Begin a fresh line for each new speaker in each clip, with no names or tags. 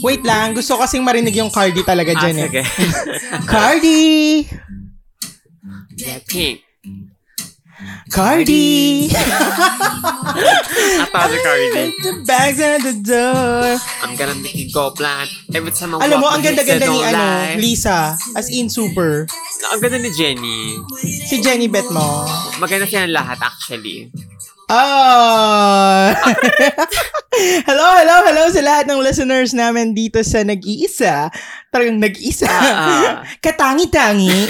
Wait lang, gusto ko kasing marinig yung Cardi talaga
Ah,
dyan eh.
sige.
Cardi!
Blackpink.
Cardi!
At ako si Cardi.
The bags at the door.
Ang ganda ni King Copland. Every time I
Alam mo,
walk
ang
the hills,
ganda-ganda
I
ni
don't
ano,
lie.
Lisa. As in, super.
Ang ganda ni Jenny.
Si Jenny Bet mo.
Maganda silang lahat actually.
Oh! hello, hello, hello sa lahat ng listeners namin dito sa Nag-iisa. Talagang Nag-iisa.
Ah, ah.
Katangi-tangi.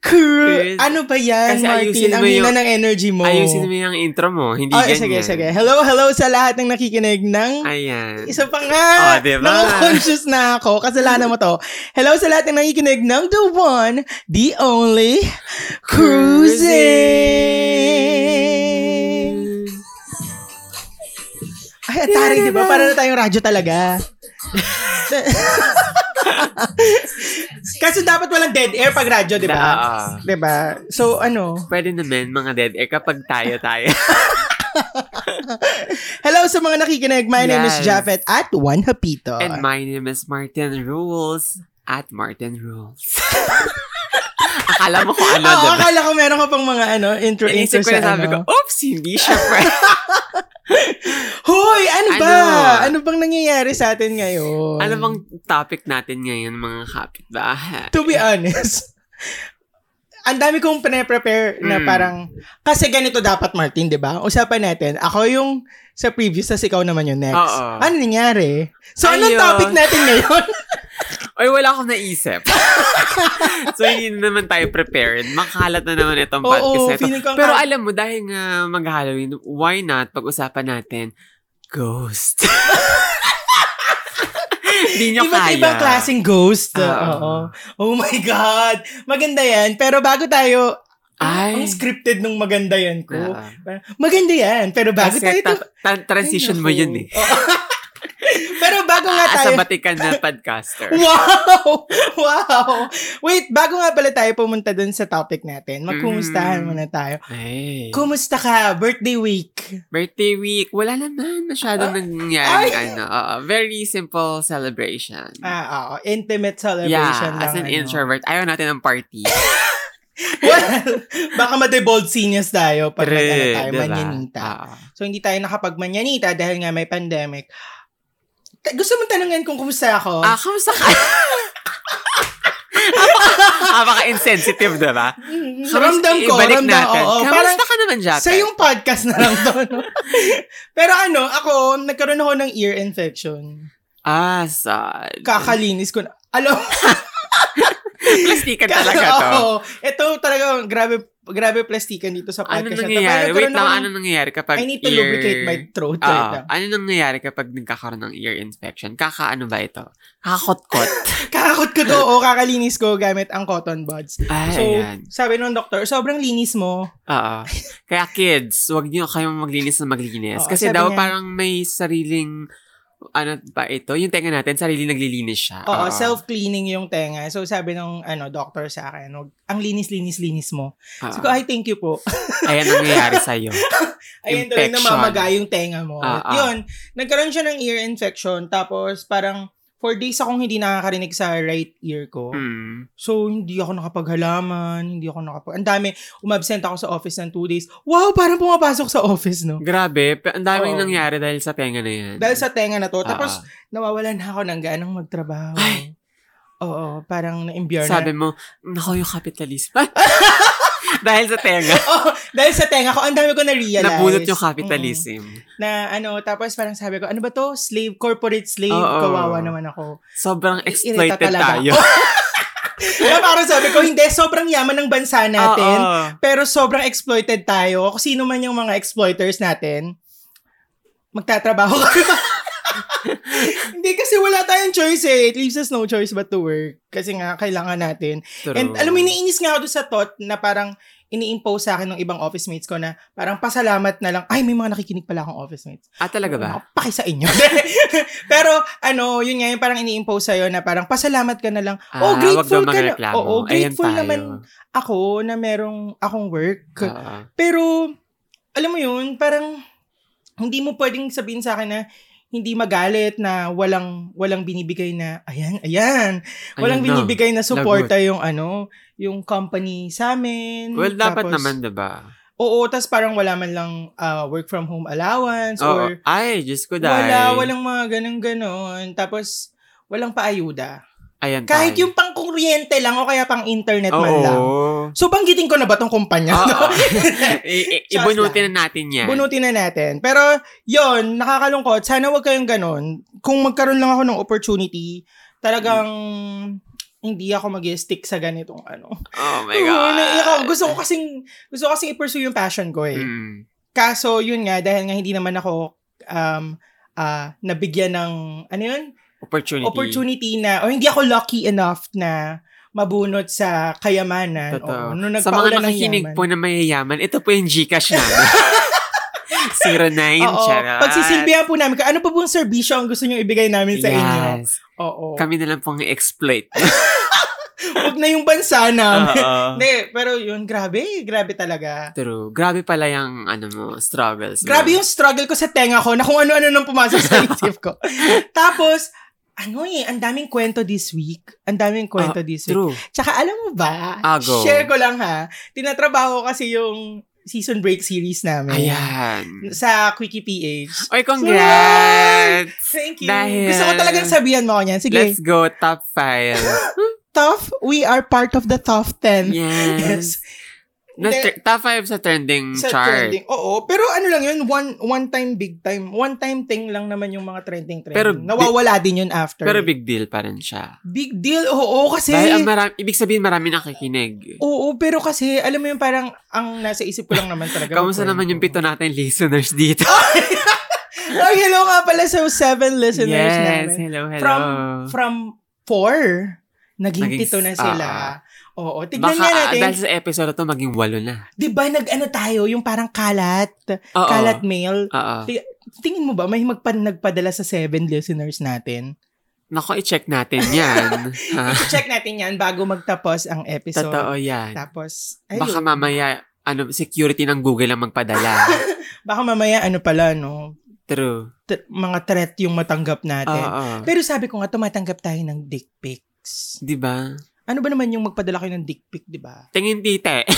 Kr-
Chris,
ano ba yan,
kasi
Martin?
ayusin
Ang
mo
hina
yung-
ng energy mo.
Ayusin mo yung intro mo. Hindi
Oh,
ganyan.
sige, sige. Hello, hello sa lahat ng nakikinig ng
Ayan.
Isa pa nga.
Oh, diba?
Nako-conscious na ako. Kasalanan mo to. Hello sa lahat ng nakikinig ng The One, The Only, Cruising. Ay, atari, di ba? Para na tayong radyo talaga. Kaso dapat walang dead air pag radyo, di ba?
Ah, ah.
Di ba? So, ano?
Pwede naman mga dead air kapag tayo-tayo.
Hello sa mga nakikinig. My name is
Yes.
Jafet at Juan Hapito.
And my name is Martin Rules at Martin Rules. Akala mo kung ano,
Oo,
diba?
Ah, akala ko meron ka pang mga ano, intro, intro
Inisip ko
sa
na sabi
ano.
ko, oops, hindi siya friend.
Hoy, ano ba? Ano?
Ano?
bang nangyayari sa atin ngayon?
ano bang topic natin ngayon, mga kapitbahay?
To be honest, ang dami kong pine-prepare na
Mm.
parang, kasi ganito dapat, Martin, di ba? Usapan natin, ako yung sa previous, tas ikaw naman yung next.
Oo.
Ano nangyari? So, anong
Ayun.
topic natin ngayon?
Ay, wala akong naisip. so, hindi na naman tayo prepared. Makalat na naman itong
Oo,
podcast na ito.
feeling ko ang-
Pero alam mo, dahil nga mag-Halloween, why not pag-usapan natin ghost? Hindi nyo
Iba't
kaya.
ibang klaseng ghost.
Ah,
Oo. Oh my God. Maganda yan. Pero bago tayo, Ah,
Ay.
ang scripted nung maganda yan ko.
Oo.
Maganda yan. Pero bago
Kasi
tayo ito.
ta- ta- transition mo yun eh.
Pero bago nga
Ah,
tayo.
sa Batikan na podcaster.
Wow! Wow! Wait, bago nga pala tayo pumunta dun sa topic natin, magkumustahan
Mm.
muna tayo.
Ay.
Kumusta ka? Birthday week.
Birthday week, wala naman masyadong nangyayari.
Ah. ay.
Ano, oo, very simple celebration.
Ah, oo. Intimate celebration
Yeah,
lang.
as an
ano.
introvert, ayaw natin ng party.
Well, baka madebold seniors tayo pag
Tre,
mag-ano tayo,
diba?
manyaninta.
Oo.
So, hindi tayo nakapagmanyanita dahil nga may pandemic. Ta- Gusto mo tanungin kung kumusta ako?
Ah, kamusta ka? Napaka-insensitive, diba?
Mm,
So,
ramdam ko,
ibalik
ramdam.
natin.
oo, oo. parang-
kamusta ka naman, Japan?
Sa yung podcast na lang to, no? Pero ano, ako, nagkaroon ako ng ear infection.
Ah, sad.
Kakalinis ko na. Alam
Plastikan Eh, talaga to.
Oo. ito talaga, grabe, grabe plastikan dito sa
Ano
podcast. na to.
nangyayari?
Parang
Wait
nagkaroon
lang,
ako
ano
ng-
nangyayari kapag
I need to
ear...
lubricate my throat
Oo.
right now.
ano nangyayari kapag nagkakaroon ng ear infection? Kakaano ba ito? Kakakot-kot.
Kakakot ko to, oo, kakalinis ko gamit ang cotton buds.
Ay,
So,
Ah, ayan.
sabi nung doktor, sobrang linis mo.
Oo. Kaya kids, huwag niyo kayong maglinis na maglinis.
Oo,
Kasi
sabi
daw
niya.
parang may sariling, ano ba ito? Yung tenga natin, sarili naglilinis siya.
Oo, self-cleaning yung tenga. So, sabi nung ano, doctor sa akin, "Wag- ang linis-linis-linis mo.
Oo.
So, ay, thank you po.
Ayan ang nangyayari sa'yo.
Ayun daw yung
Infection.
namamaga yung tenga mo.
Ah, ah.
Yun, nagkaroon siya ng ear infection. Tapos parang four days akong hindi nakakarinig sa right ear ko.
Hmm.
So, hindi ako nakapaghalaman, hindi ako nakapag... Ang dami, umabsent ako sa office ng two days. Wow, parang pumapasok sa office, no?
Grabe. pe- Ang daming
Oo.
nangyari dahil sa tenga na yan.
Dahil sa tenga na to.
Oo.
Tapos, nawawalan na ako ng ganang magtrabaho.
Ah, Ay.
Oo, parang na-imbure na.
sabi mo, nako yung kapitalism. dahil sa tenga.
Oh, dahil sa tenga ko, ang dami ko na-realize.
Nabunot yung
Mm.
capitalism.
Na ano, tapos parang sabi ko, ano ba to? Slave, corporate slave.
Oo.
Kawawa naman ako.
Sobrang exploited
Irita talaga.
tayo.
Kaya parang sabi ko, hindi, sobrang yaman ng bansa natin.
Oo.
Pero sobrang exploited tayo. Kung sino man yung mga exploiters natin, magtatrabaho ka. hindi kasi wala tayong choice eh. It leaves us no choice but to work. Kasi nga, kailangan natin.
True.
And alam mo, iniinis nga ako doon sa thought na parang ini-impose sa akin ng ibang office mates ko na parang pasalamat na lang, ay, may mga nakikinig pala akong office mates.
Ah, talaga ba?
Ako, Paki sa inyo. Pero ano, yun nga yung parang ini-impose sa'yo na parang pasalamat ka na lang. oh,
Ah, wag daw
grateful ka na.
magreklamo.
Oo,
Ayan
grateful
tayo.
naman
Ah.
ako na merong akong work.
Oo.
Pero, alam mo yun, parang hindi mo pwedeng sabihin sa akin na hindi magalit na walang walang binibigay na ayan ayan walang
Ayun na.
binibigay na suporta yung ano yung company sa amin
Well, dapat
Tapos,
naman, diba?
oo tas parang wala man lang ah, work from home allowance or
Oo. Ay, Diyos ko dahil.
wala walang mga ganun ganon tapos walang paayuda
Ayan
kahit
tayo.
yung pang kuryente lang o kaya pang internet man
Oo. Ah,
lang so banggitin ko na ba tong kumpanya
Oo. I- i-
Charles
Ibunutin na natin yan.
Bunutin na natin. Pero, yon nakakalungkot. Sana wag kayong ganun. Kung magkaroon lang ako ng opportunity, talagang hindi ako mag stick sa ganitong ano.
Oh my
Oo,
God.
naiiyak ako. Gusto ko kasing, gusto ko kasing i-pursue yung passion ko eh.
Mm.
Kaso, yun nga, dahil nga hindi naman ako um, ah, nabigyan ng, ano yun?
Opportunity.
Opportunity na, o hindi ako lucky enough na mabunot sa kayamanan. Oo,
Totoo.
nung
Sa
nagpaulan
mga
ng
nakikinig
yaman.
po na mayayaman, ito po yung Gcash namin. 09,
Oo,
charot.
pagsisilbihan po namin, ano pa bang serbisyo ang gusto nyo ibigay namin sa inyo?
Yes.
Oo.
Kami na lang pong exploit.
Huwag na yung bansa namin.
Oo.
Hindi, pero yun, grabe. Grabe talaga.
True. Grabe pala yung ano mo, struggles. mo.
Grabe yung struggle ko sa tenga ko na kung ano-ano nang pumasok sa isip ko. Tapos, ano eh, ang daming kwento this week. Ang daming kwento this week.
Ah, True.
Tsaka alam mo ba,
Ah, go.
share ko lang ha, tinatrabaho ko kasi yung season break series namin.
Ayan.
Sa Quickie PH.
Oy, congrats!
Thank you.
Dahil-
Gusto ko talagang sabihan mo ko niyan. Sige.
Let's go, top 5.
tough, we are part of the tough 10.
Yes. Na,
Hindi.
tr- top 5 sa trending
Sa
chart.
trending. Oo, pero ano lang yun, one one time big time. One time thing lang naman yung mga trending trending.
Pero bi-
Nawawala din yun after.
Pero big deal pa rin siya.
Big deal. Oo, kasi
Dahil ang marami, ibig sabihin marami nakikinig.
Oo, pero kasi alam mo yung parang ang nasa isip ko lang naman talaga.
Kamusta naman yung pito natin listeners dito?
Oh, Ay, hello nga pala sa seven listeners
yes,
namin.
hello, hello.
From from four, naging,
Naging
pito na
s-
sila.
ah.
Oo, tignan
Baka
nga
ah,
natin.
dahil sa episode na to, maging walo na.
'Di ba nag-ano tayo, yung parang kalat,
Oo.
kalat mail.
Oo.
Tingin mo ba may magpa- nagpadala sa seven listeners natin?
Nako, i-check natin yan. ha?
Check natin yan bago magtapos ang episode.
Totoo yan.
Tapos, ay,
Baka
baka,
mamaya, ano, security ng Google ang magpadala.
mamaya ano pala, no?
True.
T- mga threat yung matanggap natin.
Oo.
Pero sabi ko nga, tumatanggap tayo ng dick pics.
Di ba?
Ano ba naman yung magpadala kayo ng dick pic, di ba?
Diba? Tingin eh. tite.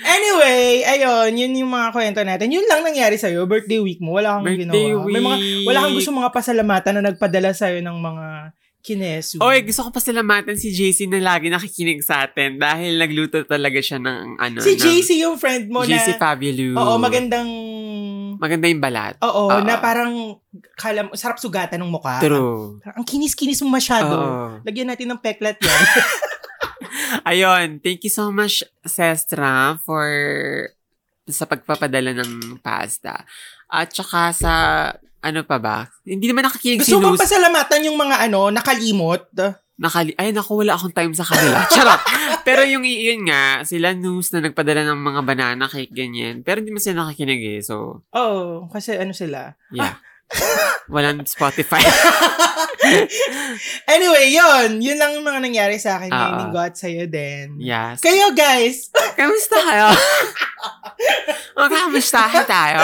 Anyway, ayun, yun yung mga kwento natin. Yun lang nangyari sa'yo, birthday week mo, wala kang
Birthday
ginawa.
week.
May mga, wala kang gusto mga pasalamatan na nagpadala sa'yo ng mga kinesu.
Oy, gusto ko pasalamatan si JC na lagi nakikinig sa atin dahil nagluto talaga siya ng ano.
si
ng-
JC yung friend mo na...
JC Fabulous.
Oo, magandang...
Maganda yung balat.
Oo,
Oo.
na parang kala, mo- sarap sugatan ng mukha.
Ah, True. Ah,
Parang, ang kinis-kinis mo masyado.
Oo.
Lagyan natin ng peklat yan.
Ayun, thank you so much, Sestra, for sa pagpapadala ng pasta. At saka sa, ano pa ba? Hindi naman nakikinig si
Gusto mo
Luz.
bang pasalamatan yung mga ano, nakalimot?
Nakali- Ay, naku, wala akong time sa kanila. Charot. Pero yung iyon nga, sila news na nagpadala ng mga banana cake, ganyan. Pero hindi man sila nakikinig eh. So,
Oo, oh, kasi ano sila.
yeah. Walang Spotify.
Anyway, yon Yun lang yung mga nangyari sa akin.
Oo.
May Ning God sa'yo din.
Yes.
Kayo guys,
Kamusta kayo? Magkamustahan Oh, tayo.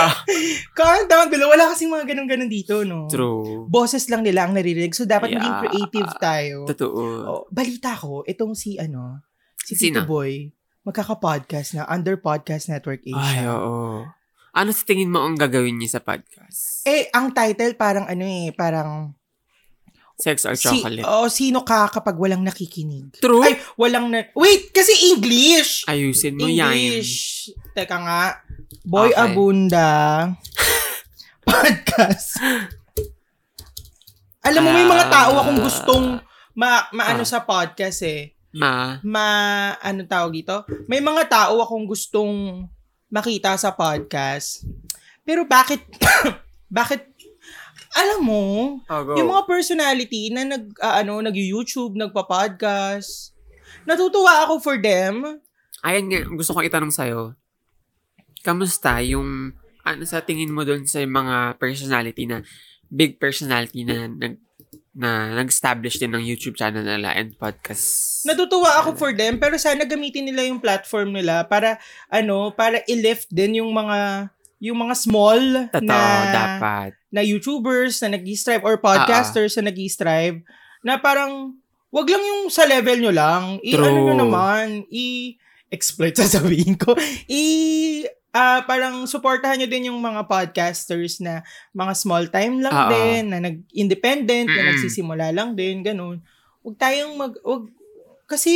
calm down below. Wala kasing mga ganun-ganun dito, no?
True.
Boses lang nila ang naririnig. So, dapat
Yeah.
maging creative tayo.
Totoo.
Oh, balita ko, itong si ano, si Tito
Sino?
Boy, magkaka-podcast na under Podcast Network
Ay, oh.
Asia.
oo. Ano sa tingin mo ang gagawin niya sa podcast?
Eh, ang title parang ano eh, parang
Sex or
si,
chocolate?
oh, sino ka kapag walang nakikinig?
True?
Ay, walang na... Wait, kasi English!
Ayusin mo ano yan.
English! Teka nga. Boy
Okay.
Abunda podcast. Alam mo, may mga tao akong gustong ma, maano
Ah.
sa podcast eh.
Ma.
ma ano tawag dito? May mga tao akong gustong makita sa podcast. Pero bakit bakit alam mo,
Oh, go.
yung mga personality na nag ah, ano, nag-YouTube, nagpa-podcast. Natutuwa ako for them.
Ayan nga, gusto kong itanong sa'yo. Kamusta yung, ano sa tingin mo doon sa mga personality na, big personality na, nag, na nag-establish din ng YouTube channel nila and podcast?
Natutuwa ako for them pero sana gamitin nila yung platform nila para ano, para i-lift din yung mga yung mga small
Totoo,
na,
dapat.
na YouTubers na nag-strive or
Ah,
podcasters na nag-strive na parang wag lang yung sa level nyo lang. I-ano
True.
nyo naman, i-exploit sasabihin ko. I- ah parang supportahan nyo din yung mga podcasters na mga small time lang
Oo.
din, na nag-independent, na
Ah, Mm-mm.
nagsisimula lang din, ganun. Huwag tayong mag... Wag, kasi,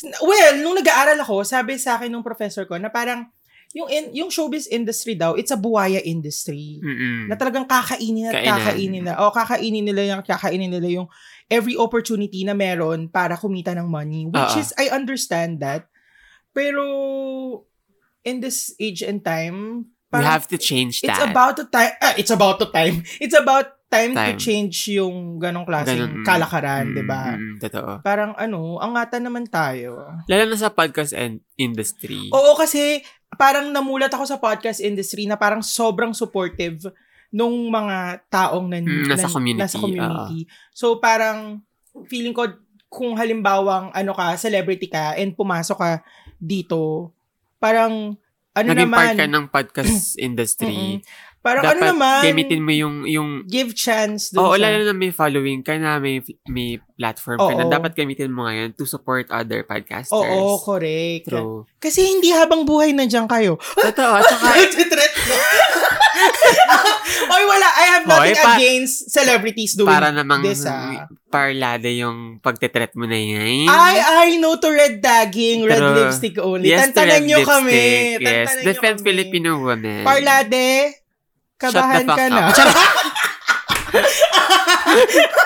well, nung nag-aaral ako, sabi sa akin nung professor ko na parang yung, in- yung showbiz industry daw, it's a buwaya industry
Mm-mm.
na talagang kakainin at
Kainan.
kakainin na. O, kakainin nila yung kakainin nila yung every opportunity na meron para kumita ng money. Which
Oo.
is, I understand that. Pero, in this age and time,
We
parang
have to change
it's
that.
about the time, ah, it's about the time, it's about time, to
Time.
change yung ganong klaseng
Ganun, mm.
kalakaran, di ba?
Mm, mm, totoo.
Parang ano, angatan naman tayo.
Lalo na sa podcast and industry.
Oo, kasi parang namulat ako sa podcast industry na parang sobrang supportive nung mga taong nan,
Mm, nasa
nan-
community,
nasa community. So parang feeling ko kung halimbawang ano ka, celebrity ka and pumasok ka dito, parang ano
Naging
naman,
part ka ng podcast industry.
Mm-mm. parang ano
Dapat
naman,
gamitin mo yung, yung
give chance dun
Oo,
sa-
lalo na may following ka na, may, may platform ka
Oo.
na. Dapat gamitin mo ngayon to support other podcasters.
Oo, correct.
True.
Kasi hindi habang buhay nandiyan kayo.
Totoo. At saka,
Threat na. Oy, wala. I have nothing
Hoy, pa-
against celebrities doing
para namang
this, ah.
parlada yung pagtetret mo na yan.
I, I know to red tagging, red
Pero-
lipstick only.
Yes,
Tantanan
to
nyo
lipstick.
kami.
Yes,
Tantanan nyo
defend
kami.
Filipino women.
Parlade, kabahan
Shut
ka
the fuck
na.
up.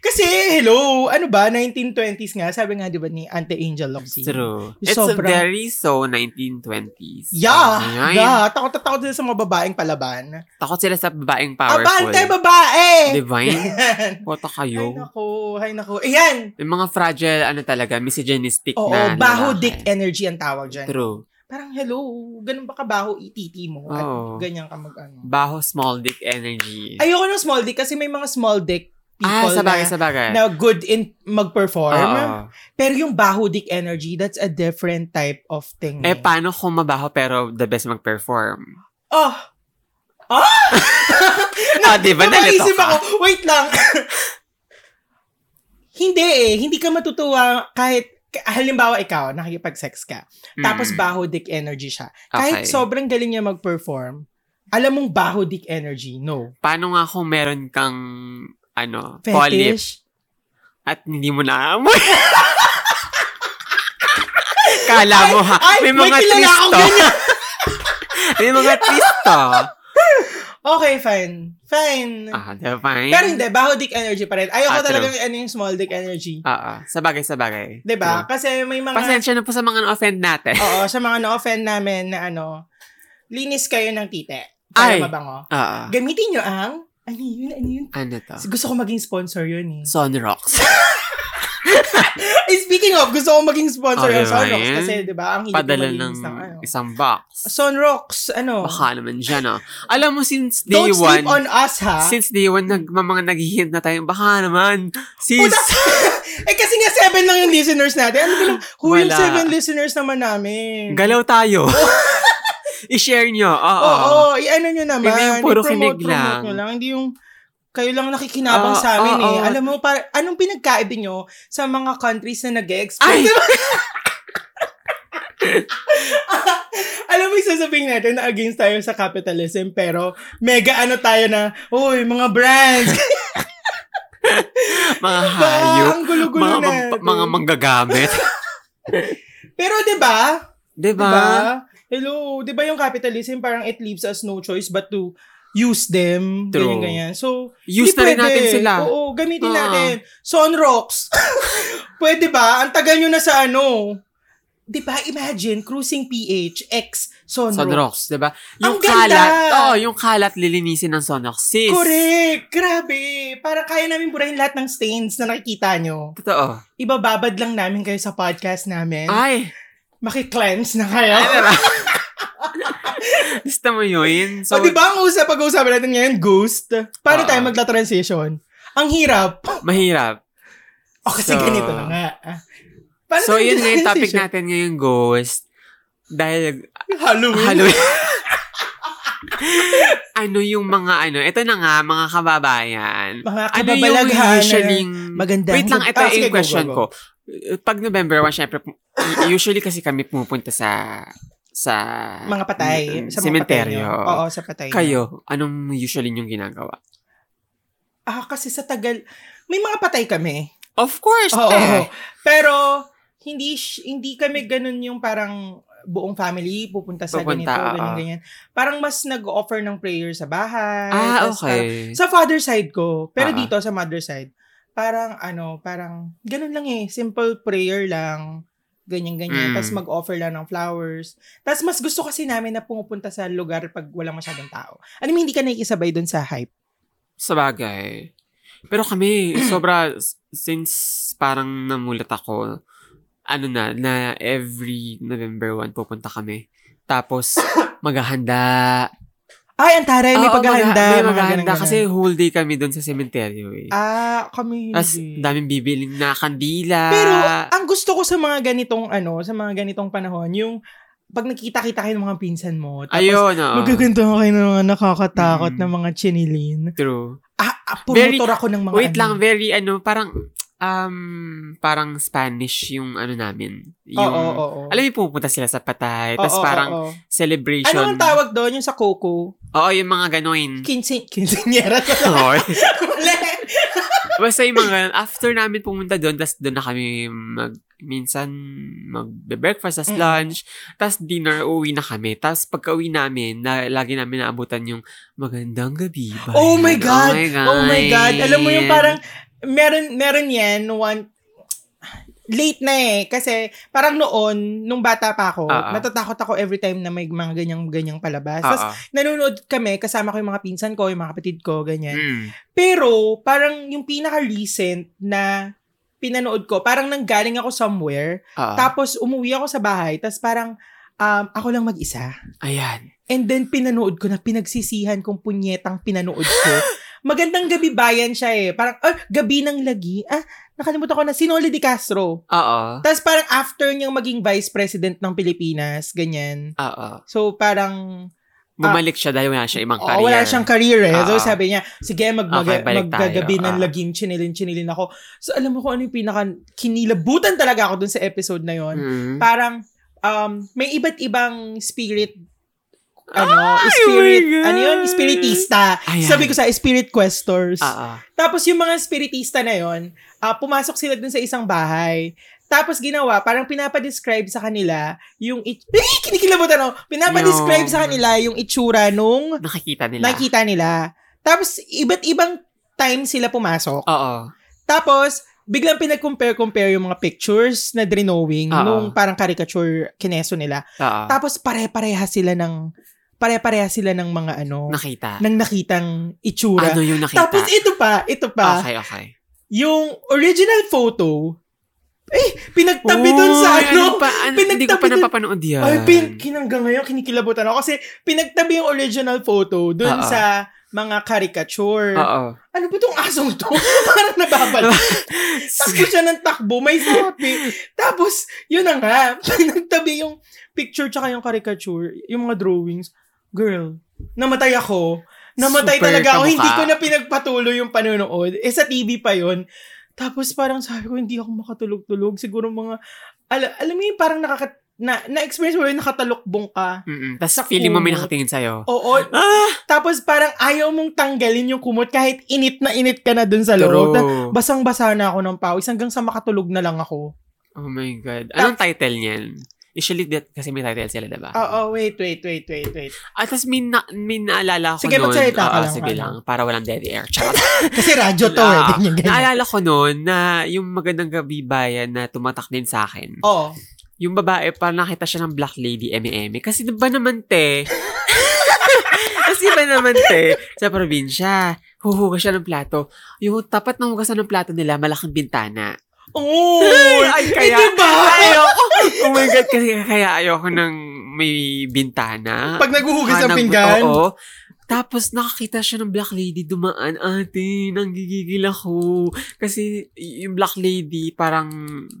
Kasi, hello, ano ba, 1920s nga, sabi nga, di ba, ni Ante Angel Locsin.
True.
Yung
It's
sobrang-
very so 1920s.
Yeah,
Ayun.
yeah. Takot na takot sila sa mga babaeng palaban.
Takot sila sa babaeng powerful.
Abante, Ah, babae! Ano?
Divine?
Yan.
Puta
Ay,
kayo.
naku, ay, naku. Ayan!
Yung mga fragile, ano talaga, misogynistic
Oo,
na.
baho
lalaki.
dick energy ang tawag dyan.
True.
Parang, hello, ganun ba kabaho ititi mo? At
Oo.
ganyan ka mag, ano.
Baho small dick energy.
Ayoko ng small dick kasi may mga small dick
ah,
people
sabagay,
na,
sabagay.
na good in mag-perform.
Oo.
Pero yung baho dick energy, that's a different type of thing.
Eh, paano kung mabaho pero the best mag-perform?
oh!
Ah, di ba? Nalito
Napaisip
ka.
ako, wait lang. hindi eh, hindi ka matutuwa kahit, k- halimbawa ikaw, nakikipag-sex ka, tapos
Mm.
baho dick energy siya.
Okay.
Kahit sobrang galing niya mag-perform, alam mong baho dick energy, no.
Paano nga kung meron kang, ano, polyp
Fetish.
at hindi mo naamoy? Kala mo ha,
Ay,
may
may
mga oh.
kilala akong
tristo.
ganyan.
may mga tristo.
Okay, fine. Fine.
Ah, di ba? fine?
Pero hindi, baho dick energy pa rin. Ayoko
Ah, true.
talaga yung ano yung small dick energy.
Oo, sabagay, sabagay.
'Di ba?
True.
Kasi may mga
Diba? Pasensya na po sa mga na-offend natin.
Oo, sa mga na-offend namin na ano, linis kayo ng tite.
Ay.
Para mabango.
Oo.
Gamitin nyo ang ano yun, ano yun.
Ano to?
Gusto ko maging sponsor yun eh.
Sunrocks.
Eh, speaking of, gusto ko maging sponsor
Oh,
yung
di ba
Sunrox
yun?
kasi 'di ba? Ang hindi ko
Padala ng
malinis ng ano.
isang box.
Sunrox, ano?
Baka naman dyan, oh. Alam mo, since day
Don't
one,
sleep on us ha.
since day one, nag, mga mga naghihint na tayo, baka naman, sis,
Puta! eh kasi nga seven lang yung listeners natin. Ano bilang, who yung
Wala.
seven listeners naman namin?
galaw tayo. I-share nyo, oo.
Oo, i-ano nyo naman.
Hindi yung puro
I-promote,
kinig
promote
lang.
nyo lang. Hindi yung kayo lang nakikinabang
Oo,
sa amin
oo,
eh.
oo.
Alam mo, para, anong pinagkaiba nyo sa mga countries na nag-export?
Ay!
Alam mo, isasabihin natin na against tayo sa capitalism, pero mega ano tayo na, uy, mga brands,
mga
ba?
hayop.
Diba? Ang gulo-gulo
Mga,
na.
mag- mga manggagamit.
pero 'di ba?
diba?
Diba? Hello, 'di ba yung capitalism parang it leaves us no choice but to use them,
True.
ganyan ganyan. So,
Use na
hindi
rin natin
pwede.
sila.
Oo, gamitin
Oo.
natin. Sunrocks. pwede ba? Ang tagal nyo na sa ano. 'Di ba? Imagine cruising PH X Sunrocks.
Sunrocks, diba? Yung
Ang ganda!
kalat, oo, yung kalat lilinisin ng Sunrocks. Sis,
Correct. Grabe. Parang kaya namin burahin lahat ng stains na nakikita nyo.
totoo.
Ibababad lang namin kayo sa podcast namin.
Ay,
Maki-cleanse na kayo.
Ah. ay, diba? Gusto mo yun?
So,
So, Ah,
o di ba Oh, diba ang usap, pag-uusapan natin ngayon, ghost? Paano
Oo.
tayo magta-transition? Ang hirap.
mahirap.
O kasi
So,
ganito na nga. Ah. Paano
So,
tayo
yun na yung topic
magta-transition?
natin ngayong ghost. Dahil,
Halloween.
Halloween. ano yung mga ano, ito na nga, mga kababayan.
Mga
Ano yung
kababalaghan.
usually...
maganda.
Wait lang, ito
Ah, sige,
yung
go,
question
go, go.
ko. Uh, Pag November 1, syempre, pu- u- usually kasi kami pumupunta sa sa
mga patay.
mm,
Sa mga
cemetery.
patay nyo. Oo, sa patay. nyo.
Kayo, anong usually yung ginagawa?
Ah, kasi sa tagal, may mga patay kami.
Of course,
Oo.
eh.
Pero, hindi sh- hindi kami ganun yung parang buong family pupunta sa
Pupunta,
ganito, ganyan,
oo.
ganyan. Parang mas nag-offer ng prayer sa bahay.
Ah,
tas parang-
okay.
sa father side ko, pero
Ah.
dito sa mother side, parang ano, parang ganun lang eh, simple prayer lang, ganyan-ganyan.
Mm.
Tapos mag-offer lang ng flowers. Tapos mas gusto kasi namin na pumupunta sa lugar pag walang masyadong tao. Alam mo, hindi ka nakikisabay doon sa hype.
Sa bagay. Pero kami, sobra, s- since parang namulat ako, ano na, na every November 1 pupunta kami. Tapos, maghahanda.
Ay, ang taray, may
Oo,
paghahanda.
magha- Ah, May
mga
maghahanda
ganun-ganun.
kasi whole day kami doon sa cementerio eh.
Ah, kami
Tapos,
hindi.
daming bibiling na kandila.
Pero, ang gusto ko sa mga ganitong ano, sa mga ganitong panahon, yung pag nakita-kita kayo ng mga pinsan mo, tapos
Ayun, oo.
magaganda kayo ng mga nakakatakot
Mm.
na mga chinilin.
True.
Ah, ah
Very-
promotor ako ng mga
Wait
ano.
lang, very ano, parang, um, parang Spanish yung ano namin.
oo,
Yung,
oo, oo.
Alam mo, pupunta sila sa patay.
Oo,
Tapos
oo,
parang
oo.
celebration.
Ano ang tawag doon? Yung sa Coco?
Oo, yung mga ganoin.
Kinsin... Kinsinyera ko lang.
Oo.
Mali.
Basta yung mga ganun. After namin pumunta doon, tapos doon na kami mag, minsan magbe-breakfast, tas
Mm.
lunch, tas dinner, uwi na kami. Tapos pagka-uwi namin, na, lagi namin naabutan yung magandang gabi. bayan."
oh my God! Oh my God! Alam mo yung parang... Meron, meron yan. One, late na eh. Kasi parang noon, nung bata pa ako,
Oo.
natatakot ako every time na may mga ganyang-ganyang palabas. Tapos
Oo.
nanonood kami, kasama ko yung mga pinsan ko, yung mga kapatid ko, ganyan.
Mm.
Pero, parang yung pinaka-recent na pinanood ko, parang nanggaling ako somewhere,
Oo.
tapos umuwi ako sa bahay, tapos parang um, ako lang mag-isa.
Ayan.
And then, pinanood ko na pinagsisihan kong punyetang pinanood ko. Magandang gabi bayan siya eh. Parang, ah, gabi ng lagi. Ah, nakalimutan ko na, Sinoli de Castro.
Oo.
Tapos parang after niyang maging vice president ng Pilipinas, ganyan.
Oo.
So, parang
Bumalik siya dahil wala siya ibang
Oo,
career.
wala siyang career eh. So
Oo.
sabi niya, sige mag, mag
Okay, balik
maggagabi
tayo.
ng
Ah.
lagim, chinilin, chinilin ako. So alam mo kung ano yung pinaka, kinilabutan talaga ako dun sa episode na yon
Mm.
Parang, um, may iba't ibang spirit, ano,
Ay,
spirit,
oh my God.
ano yun, spiritista.
Ayan. Ah.
Sabi ko sa spirit questors.
Oo.
Tapos yung mga spiritista na yon, ah, pumasok sila dun sa isang bahay. Tapos ginawa, parang pinapa-describe sa kanila yung it- Eh, kinikilabutan ako. Pinapa-describe
Yung-
sa kanila yung itsura nung
Nakikita nila.
nakita nila. Tapos, iba't ibang time sila pumasok.
Oo.
Tapos, biglang pinag-compare-compare yung mga pictures na drawing
Oo.
nung parang caricature kineso nila.
Oo.
Tapos, pare-pareha sila ng, pare-pareha sila ng mga ano,
Nakita.
ng nakitang itsura.
Ano yung nakita?
Tapos, ito pa, ito pa,
Okay, okay.
yung original photo, eh, pinagtabi dun sa
Uy,
ano,
pa, ano, hindi
pinagtabi
ko pa
dun-
napapanood yan.
Ay, pin, kinanggang ngayon, kinikilabutan ako. Kasi pinagtabi yung original photo dun
Oo.
sa mga caricature.
Oo.
Ano ba tong asong to? Parang nababal. Takbo siya ng takbo, may sapi. Tapos, yun na nga, pinagtabi yung picture tsaka yung caricature, yung mga drawings. Girl, namatay ako. Namatay
Super
talaga ako.
kamukha.
Hindi ko na pinagpatuloy yung panunood. Eh, sa TV pa yon Tapos parang sabi ko, hindi ako makatulog-tulog. Siguro mga, ala- alam mo yun, parang nakaka, na, na-experience mo yung nakatalokbong ka.
Mm-mm. Tapos
Sa
feeling mo may
kumot.
nakatingin sa'yo.
Oo,
Ah!
tapos parang ayaw mong tanggalin yung kumot kahit init na init ka na dun sa loob.
True.
Basang-basa na ako ng pawis hanggang sa makatulog na lang ako.
Oh my God. Anong title niyan? Usually, that, kasi may title sila, diba?
Oo, wait, wait, wait, wait, wait.
At tapos may, na, may naalala ko
Sige,
nun.
magsalita ka
Oo,
lang. ano?
Sige lang. Para walang dead air. Charot.
Kasi radyo to eh,
Ah,
ganyan, ganyan.
Naalala ko noon na yung magandang gabi bayan na tumatak din sa akin.
Oo.
Yung babae, parang nakita siya ng black lady, eme Kasi diba naman, te? Kasi iba naman, te? Sa probinsya, huhugas siya ng plato. Yung tapat ng hugasan ng plato nila, malaking bintana.
Oo!
Ay, kaya...
Eh, diba?
Ayoko! Oh my God, kasi kaya ayoko ng may bintana.
Pag naguhugas ng
Ah, nag-
pinggan.
Oo. Tapos nakakita siya ng black lady dumaan. Ate, nanggigigil ako. Kasi y- yung black lady parang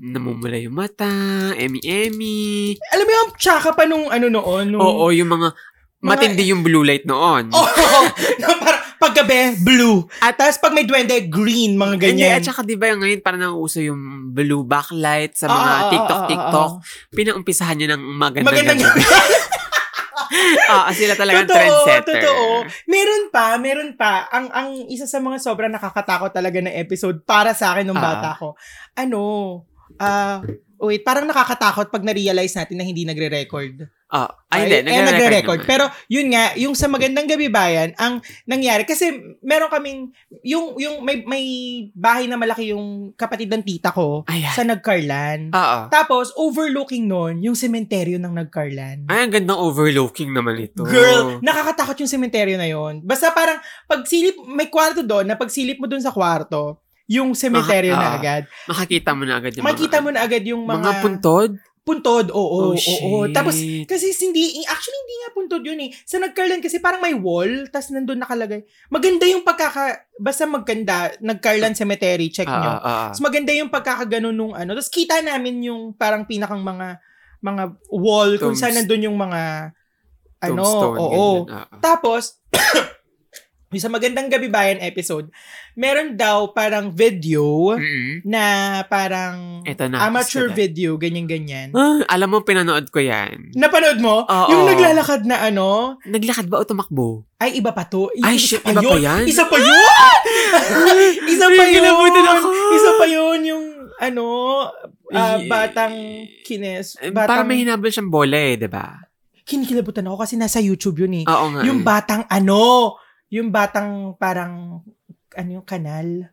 namumula yung mata, emi-emi.
Alam mo yung tsaka pa nung ano noon, nung
Oo, yung mga Matindi yung blue light noon.
Oo. Oh, parang paggabi, blue. At tapos pag may duwende, green, mga
Hindi,
ganyan.
at saka di ba yung ngayon parang nauso yung blue backlight sa
Oo,
mga
oo, oo,
TikTok,
oo, oo.
TikTok. Pinaumpisahan niya ng magandang
ah, Maganda
gabi. Oo, Ah, sila talagang
totoo,
trendsetter.
totoo. Meron pa, meron pa. Ang ang isa sa mga sobrang nakakatakot talaga na episode para sa akin nung
Ah.
bata ko. Ano? Ah, wait, parang nakakatakot pag na-realize natin na hindi nagre-record.
Oo. Ah, ay, hindi.
eh, nagre-record.
naman.
Pero yun nga, yung sa Magandang Gabi Bayan, ang nangyari kasi meron kaming yung yung may may bahay na malaki yung kapatid ng tita ko
Ayan. Ah,
sa Nagcarlan.
Oo.
Tapos overlooking noon yung sementeryo ng Nagcarlan.
Ay, ang gandang overlooking naman ito.
Girl, nakakatakot yung sementeryo na yon. Basta parang pagsilip, may kwarto doon, na pagsilip mo doon sa kwarto, yung sementeryo
Maka-
na
ah,
agad.
Makakita mo na agad yung
Makita
mga,
mo na agad yung mga,
mga puntod. Oh,
puntod. Oo, oo,
shit.
oo. Tapos, kasi hindi, actually hindi nga puntod yun eh. Sa nagkarlan kasi parang may wall, tas nandun nakalagay. Maganda yung pagkaka, basta maganda, nagkarlan cemetery, check
Ah,
nyo.
ah, ah.
Mas maganda yung pagkakagano nung ano. Tapos kita namin yung parang pinakang mga mga wall kung
Tombs-
saan nandun yung mga ano,
Tombstone,
oo.
ganyan. Ah, ah.
Tapos, yung sa Magandang Gabi Bayan episode, meron daw parang video
Mm-mm.
na parang
Ito Eh, na.
amateur
gusto ko.
video, ganyan-ganyan.
Ah, alam mo, pinanood ko yan.
Napanood mo?
Oo.
Yung naglalakad na ano,
Naglakad ba o tumakbo?
ay iba pa to.
Ay,
Isa
shit, iba pa
yun.
yan?
Isa pa yun! isa pa
Ay,
yun!
kinabutan ako.
Isa pa yun yung ano, ah,
Ay,
batang kines.
Eh, Parang
Batang,
may hinabol siyang bola eh, di ba?
kinikilabutan ako kasi nasa YouTube yun eh.
Oo nga.
Yung
eh.
batang ano, yung batang parang ano yung kanal?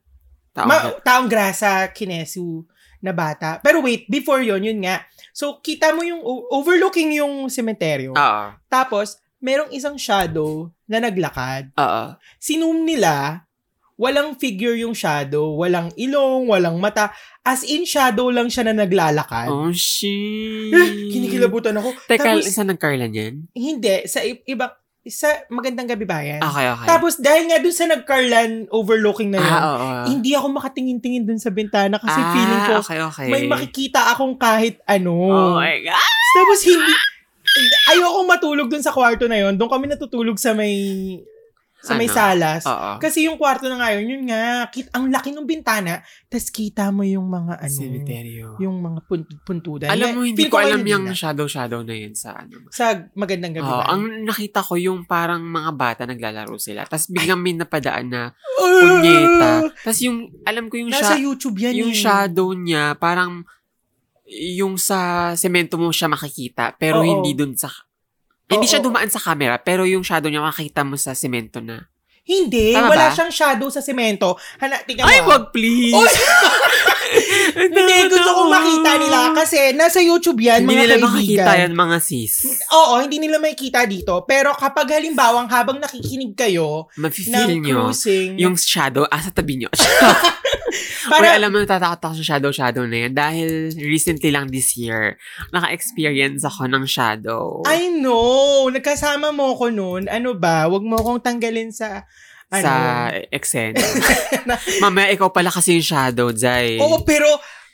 Tao
Ma-
nga.
taong grasa, kinesu na bata. Pero wait, before yon yun nga. So, kita mo yung o- overlooking yung sementeryo.
Oo.
Tapos, merong isang shadow na naglakad.
Oo.
Sinum nila, walang figure yung shadow. Walang ilong, walang mata. As in, shadow lang siya na naglalakad.
Oh, shit.
Eh, Kinikilabutan ako.
Teka,
Tapos-
saan nagkarlan yan?
Hindi, sa i- iba, sa magandang gabi bayan.
Okay, okay.
Tapos, dahil nga dun sa nagcarlan overlooking na yun,
ah, oo. Ah,
hindi ako makatingin-tingin dun sa bintana kasi feeling ko,
okay, okay.
may makikita akong kahit ano.
Oh my God.
Tapos hindi, ayokong matulog dun sa kwarto na yon. Doon kami natutulog sa may, sa may
Ano?
salas.
Oo.
Kasi yung kwarto na ngayon, yun nga, kit, ang laki ng bintana, tas kita mo yung mga ano,
Cemetery.
yung mga punt- puntudan.
Alam mo, hindi
Feel
ko alam
ngayon
yung
na.
shadow-shadow na yun sa ano.
Sa magandang gabi
Oo,
ba?
ang nakita ko yung parang mga bata naglalaro sila. Tapos biglang may napadaan na
Ah!
punyeta. Tapos yung, alam ko yung,
Nasa
sha-
YouTube yan
yung
eh.
shadow niya, parang yung sa semento mo siya makikita. Pero
Oo.
hindi dun sa... Hindi
Oo.
siya dumaan sa camera, pero yung shadow niya makikita mo sa semento na.
Hindi,
Tama
wala
ba?
siyang shadow sa semento. Hala, tingnan
Ay,
mo. ah.
wag please!
Oy!
Ang
Hindi,
tama
gusto
na
kong
ako.
makita nila kasi nasa YouTube yan, mga
Hindi nila
kaibigan.
makikita yan, mga sis.
Oo, hindi nila makikita dito. Pero kapag halimbawang habang nakikinig kayo
Mafe-feel
ng
nyo.
cruising,
Yung shadow, ah, sa tabi nyo. Para,
para,
alam mo, natatakot ako sa shadow-shadow na yan dahil recently lang this year, naka-experience ako ng shadow.
I know, nagkasama mo ko noon. Ano ba, wag mo akong tanggalin sa, ano.
sa eksena. Mamaya ikaw pala kasi yung shadow, Zay.
Oo, pero,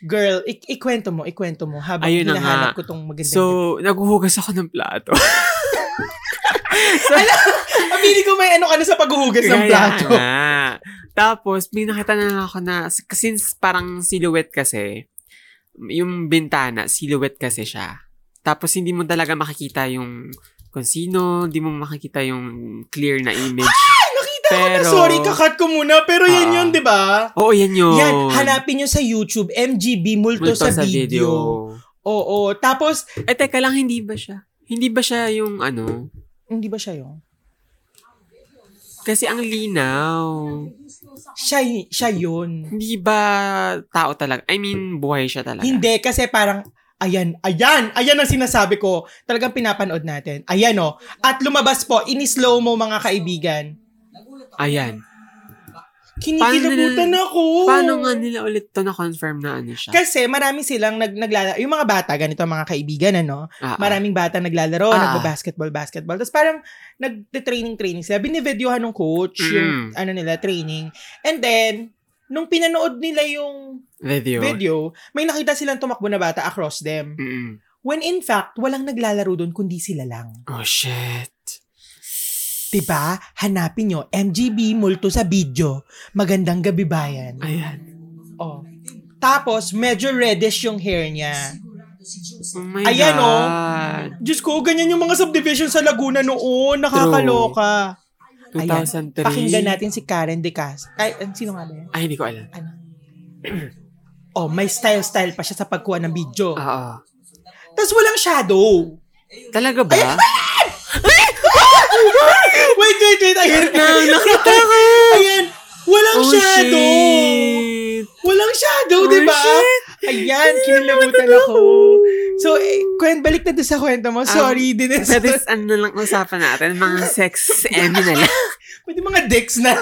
girl, ik- ikwento mo, ikwento mo. Habang
eh. Ayun na
hinahanap
nga.
ko tong magandang
So, naguhugas ako ng plato.
gabi. Pili ko may ano ka na sa paghuhugas ng
Kaya
plato.
nga. Tapos, may nakita na lang ako na, since parang silhouette kasi, yung bintana, silhouette kasi siya. Tapos, hindi mo talaga makikita yung kung sino, hindi mo makikita yung clear na image.
Ay, Ah! nakita ko na,
Pero-
sorry, kakat ko muna. Pero yan
Ah.
yun, di ba?
Oo, yan yun.
Yan, hanapin nyo sa YouTube, MGB Multo,
Multo
sa, video. Oo, tapos,
Eh, teka lang, hindi ba siya? Hindi ba siya yung ano?
hindi ba siya yun?
Kasi ang linaw.
Siya, y- siya yun.
Hindi ba tao talaga? I mean, buhay siya talaga.
Hindi, kasi parang, ayan, ayan, ayan ang sinasabi ko. Talagang pinapanood natin. Ayan o. At lumabas po, in-slow mo mga kaibigan.
Ayan.
Kinikilabutan ako.
Paano nga nila ulit to na-confirm na ano siya?
Oh. Kasi marami silang nag, naglalaro. Yung mga bata, ganito ang mga kaibigan, ano?
Ah, ah.
Maraming bata naglalaro,
Ah.
nagbabasketball, basketball. Tapos parang nagte-training-training sila. Binivideohan ng coach yung
Mm.
ano nila, training. And then, nung pinanood nila yung
Video.
video, may nakita silang tumakbo na bata across them.
Mm-mm.
When in fact, walang naglalaro doon kundi sila lang.
Oh, shit.
Diba? Hanapin nyo, MGB Multo sa video. Magandang gabi bayan.
Ayan.
Oh. Tapos, medyo reddish yung hair niya.
Oh my
Ayan,
God.
oh. Diyos ko, ganyan yung mga subdivision sa Laguna noon. Nakakaloka. Ayan.
2003.
Pakinggan natin si Karen De Cas. Ay, ang sino nga ba yan?
Ay, hindi ko alam.
Ano? oh, may style-style pa siya sa pagkuha ng video.
Oo.
Tapos walang shadow.
Talaga ba?
wait, wait, wait. Ayan.
Na- nakita ko.
Ayan. Walang
Oh,
shadow.
shit.
Walang shadow,
Oh,
di ba?
shit. ano
Ayan, kinilabutan ako. So, eh, kwen, balik na doon sa kwento mo. Sorry, din.
Ah, That is, ano na lang usapan natin, mga sex emi na lang.
Pwede mga dicks na.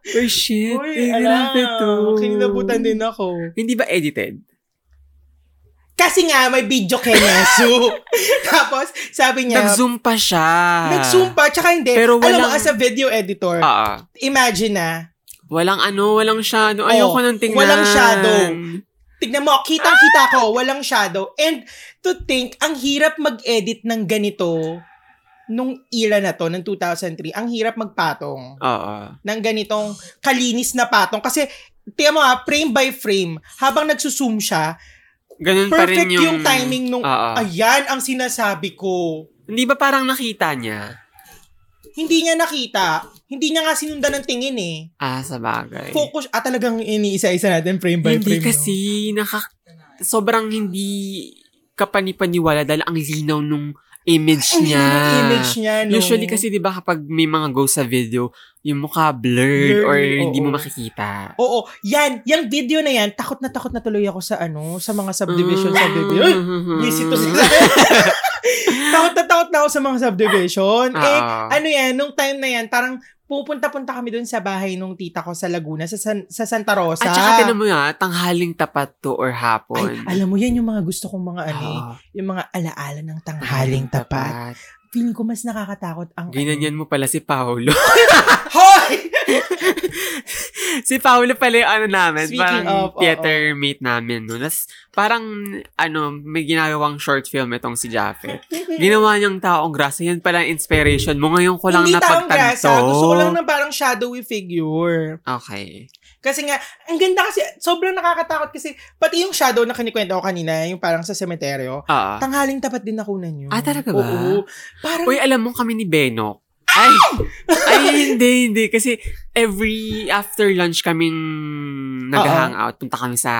Oh, shit.
Uy,
Ay, grabe
alam. Kinilabutan din ako.
Hindi ba edited?
Kasi nga, may video kay Nesu. Tapos, sabi niya,
Nag-zoom pa siya.
nag-zoom pa, tsaka hindi.
Ah. Pero
Alam mo,
walang- Ah.
as a video editor,
Oo.
imagine na,
Walang ano, walang shadow. Ayoko
Oo,
nang tingnan.
walang shadow. tignan mo, kitang-kita ko, walang shadow. And to think, ang hirap mag-edit ng ganito nung era na to, ng 2003, ang hirap magpatong
Oo.
ng ganitong kalinis na patong. Kasi, tiyan mo ha, frame by frame, habang nagsuzoom siya,
Ganun pa rin
perfect
yung... Ah,
yung... timing nung,
Oo.
ayan ang sinasabi ko.
Hindi ba parang nakita niya?
Hindi niya nakita. Hindi niya nga sinundan ng tingin eh.
Ah, sa bagay.
Focus, at talagang iniisa-isa natin frame by
hindi
frame. no?
kasi, naka, sobrang hindi kapanipaniwala dahil ang linaw nung image
Ang
niya.
hirap ng image niya, no?
Usually kasi 'di ba kapag may mga ghost sa video, yung mukha blurred
Blurred,
or hindi
oo.
mo makikita.
Oo, yan, yung video na yan, takot na takot na tuloy ako sa ano, sa mga subdivision
Mm.
sa video. Uy,
Mm-hmm.
busy to sila. takot na takot na ako sa mga subdivision. Eh,
Ah.
ano yan, nung time na yan, parang pupunta-punta kami dun sa bahay nung tita ko sa Laguna, sa, San, sa Santa Rosa.
At saka tinan mo nga, tanghaling tapat to or hapon.
Ay, alam mo yan yung mga gusto kong mga ano, eh,
Oo,
yung mga alaala ng tanghaling tapat. Feeling ko mas nakakatakot ang ano.
Ginanyan mo pala si Paolo.
Hoy!
si Paolo pala yung ano namin,
Speaking
parang
of, oo.
theater mate namin. No? Nas, parang, ano, may ginagawang short film itong si Jaffe. Ginawa niyang taong grasa. Yan pala ang inspiration mo. Ngayon ko lang
Hindi taong
napagtanto.
grasa. Gusto ko lang ng parang shadowy figure.
Okay.
Kasi nga, ang ganda kasi, sobrang nakakatakot kasi, pati yung shadow na kinikwento ko kanina, yung parang sa semeteryo,
Oo.
tanghaling tapat din ako na yun.
Ah, talaga ba?
Oo. Parang,
Uy, alam mo kami ni Benok. Ay! Ay, hindi, hindi. Kasi every after lunch kaming nag-hangout. Punta kami sa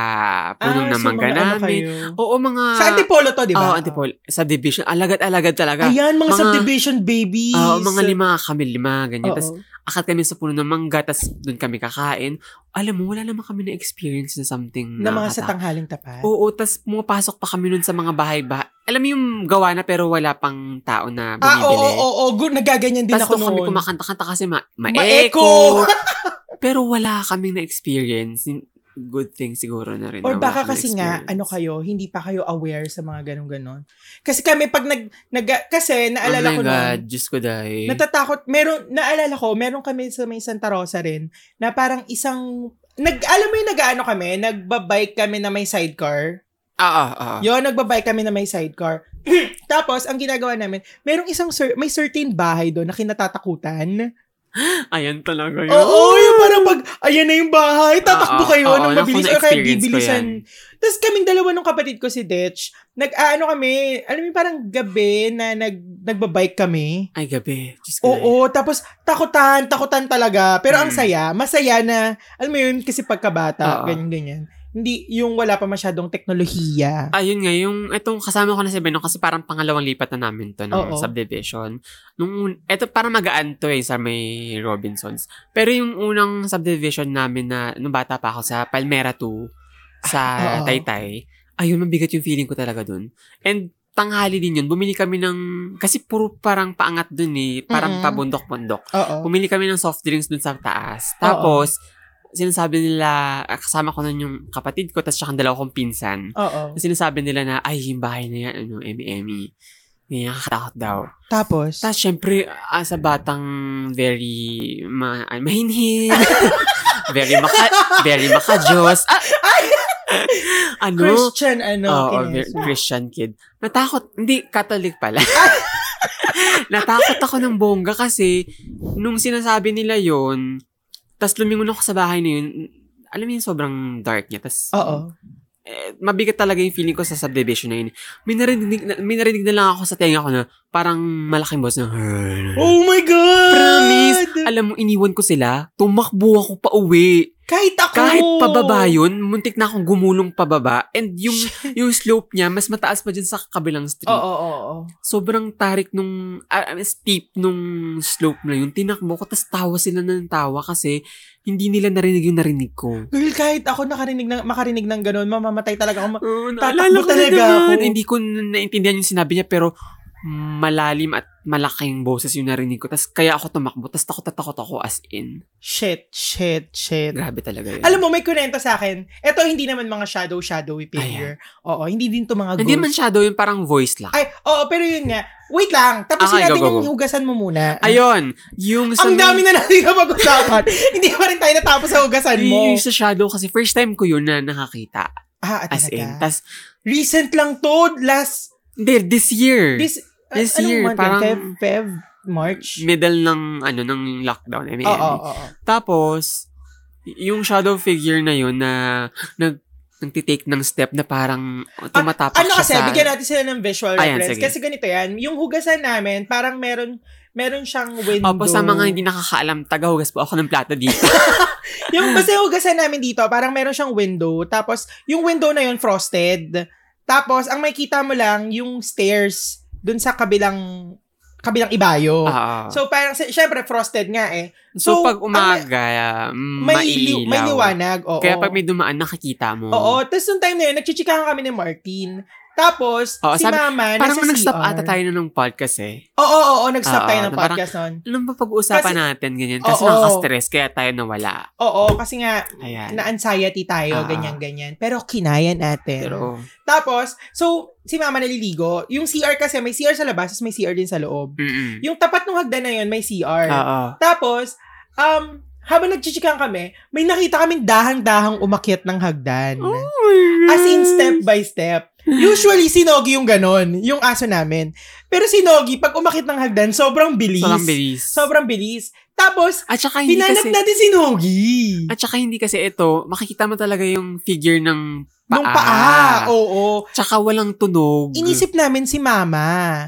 ah,
punong ng
so
mangga
mga ano
namin.
kayo?
Oo, mga...
Sa Antipolo to, di ba?
Oo, Antipolo. Subdivision. Alagad-alagad talaga.
Ayan, mga,
Mga-
subdivision babies.
Oo, mga lima kami, lima, ganyan.
Oo.
Tapos, akat kami sa puno ng mangga, tapos doon kami kakain. Alam mo, wala naman kami na experience na something
na mga sa
nakakata-
tanghaling tapat.
Oo, tapos pumapasok pa kami nun sa mga bahay-bahay. Alam mo yung gawa na pero wala pang tao na bumibili.
ah, oo, oo, oo, Good, nagaganyan din ako
Tapos doon
noon.
kami kumakanta-kanta kasi ma-
Ma-echo!
ma-echo. pero wala kaming na-experience. Good thing siguro na rin.
Or
na wala
baka
kami
kasi nga,
na-experience.
ano kayo, hindi pa kayo aware sa mga ganun-ganon. Kasi kami, pag nag, nag kasi naalala
oh my
ko noon,
God, Diyos ko dahil.
natatakot, meron, naalala ko, meron kami sa may Santa Rosa rin, na parang isang, nag, alam mo yung nag-ano kami, nagbabike kami na may sidecar.
ah, ah, ah.
Yun, nagbabike kami na may sidecar. Tapos, ang ginagawa namin, merong isang, cer- may certain bahay doon na kinatatakutan.
Ayan talaga yun.
Oo, yung parang pag, ayan na yung bahay, tatakbo
Oo,
kayo
Ah, oo,
nang
naku,
mabilis or kahit
na-experience ko
bibilisan.
yan.
Tapos kaming dalawa nung kapatid ko si Detch, nag-ano ano kami, alam mo yung parang gabi na nag, nagbabike kami.
Ay, gabi. Diyos ko dahil.
Oo, tapos takutan, takutan talaga. Pero ang
Mm.
saya, masaya na, alam mo yun, kasi pagkabata,
Oo.
ganyan-ganyan. Hindi, yung wala pa masyadong teknolohiya.
Ayun Ah, nga, yung itong kasama ko na si Benong kasi parang pangalawang lipat na namin to
Oo.
ng subdivision. Nung, un- eto parang magaan to eh sa may Robinsons. Pero yung unang subdivision namin na nung bata pa ako sa Palmera 2 sa
Ah, Oo.
Taytay, ayun, mabigat yung feeling ko talaga dun. And tanghali din yun, bumili kami ng, kasi puro parang paangat dun eh, parang
Mm-mm.
pabundok-bundok.
Oo.
Pumili kami ng soft drinks dun sa taas. Tapos, sinasabi nila, ah, kasama ko nun yung kapatid ko, tapos saka ang dalawa kong pinsan
Oo.
sinasabi nila na, ay, yung bahay na yan, ano, emi-emi. Ngayon, nakakatakot daw.
Tapos,
Tapos, syempre, as a batang very ma- ay, mahinhin, very maka, very makajos. Ah, ano?
Christian, ano?
Oo,
kinis.
ver- Christian kid. Natakot, hindi, Catholic pala. Natakot ako ng bongga kasi nung sinasabi nila yon tas lumingon ako sa bahay na yun, alam mo yun, sobrang dark niya. Tas,
Oo.
eh, mabigat talaga yung feeling ko sa subdivision na yun. May narinig, na, may narinig na lang ako sa tenga ko na parang malaking boss na,
Oh my God!
Hmm. Promise! Alam mo, iniwan ko sila. Tumakbo ako pa uwi.
Kahit ako!
Kahit pababa yun, muntik na akong gumulong pababa. And yung yung slope niya, mas mataas pa dyan sa kabilang street.
Oo, oo, oo.
Sobrang tarik nung, ah, ah, steep nung slope na yun. Tinakbo ko, tas tawa sila ng tawa kasi hindi nila narinig yung narinig ko.
Girl, kahit ako nakarinig ng, makarinig ng ganun, mamamatay talaga ako. Ma-
Oo,
naalala ko na naman.
Hindi ko na- naintindihan yung sinabi niya, pero malalim at malaking boses yung narinig ko. Tas kaya ako tumakbo, tas takot-takot ako as in.
Shit, shit, shit.
Grabe talaga yun.
Alam mo, may kurento sa akin. Ito, hindi naman mga shadow-shadowy figure. Oo, hindi din to mga
Hindi
ghost.
man shadow, yung parang voice lang.
Ay, oo, pero yun nga. Wait lang, tapusin
Okay,
natin
go, go,
yung
go.
hugasan mo muna.
Ayun, yung sa...
Ang dami na natin na pag-usapan. hindi pa rin tayo natapos sa hugasan mo.
Yung sa shadow kasi first time ko yun na nakakita.
Ah, at
As in.
talaga.
Tas,
Recent lang to. Last,
hindi, this year.
this, ah,
This
anong
year,
month yun?
parang-
Feb, Feb, March?
middle ng, ano, ng lockdown. I mean,
Oo, oo, oo.
Tapos, y- yung shadow figure na yun na nag, nagtitake ng step na parang tumatapak
Ano
siya
kasi,
sa...
bigyan natin sila ng visual
Ayan,
reference.
sige.
Kasi ganito yan, yung hugasan namin, parang meron, meron siyang window.
Opo, sa mga hindi nakakaalam, tagahugas po ako ng plato dito.
yung kasi hugasan namin dito, parang meron siyang window. Tapos, yung window na yun, frosted. Tapos, ang makikita mo lang, yung stairs dun sa kabilang, kabilang ibayo.
Ah. so,
So, parang, si- syempre, frosted nga eh. so,
pag umaga,
May,
may,
liw- may liwanag, oo.
Kaya pag may dumaan, nakikita mo.
Oo, tapos nung time na yun, nagchichikahan kami ni Martin. Tapos,
Oo,
si
sabi-
Mama,
Parang
nasa
nag-stop
CR.
ata tayo na ng podcast eh.
Oo, oo, oo, nag-stop
Oo,
tayo ng
na parang-
podcast nun.
Alam ba pag-uusapan
Kasi-
natin ganyan? Kasi
Oo.
nakaka-stress, kaya tayo nawala.
Oo, kasi nga,
Ayan.
na-anxiety tayo,
Ah.
ganyan-ganyan. Pero kinaya natin.
Pero,
Tapos, so, si mama naliligo. Yung CR kasi, may CR sa labas, tapos may CR din sa loob.
mm
Yung tapat ng hagdan na yun, may CR.
Oo.
Tapos, um, habang nagchichikan kami, may nakita kaming dahang-dahang umakyat ng hagdan.
Oh
As in, step by step. Usually, si Nogi yung ganon, yung aso namin. Pero si Nogi, pag umakit ng hagdan, sobrang bilis.
Sobrang bilis.
Sobrang bilis. Tapos,
At saka hindi
hinanap
kasi...
natin si Nogi.
At saka hindi kasi ito, makikita mo talaga yung figure ng paa.
Nung paa. Oo.
Tsaka walang tunog.
Inisip namin si Mama.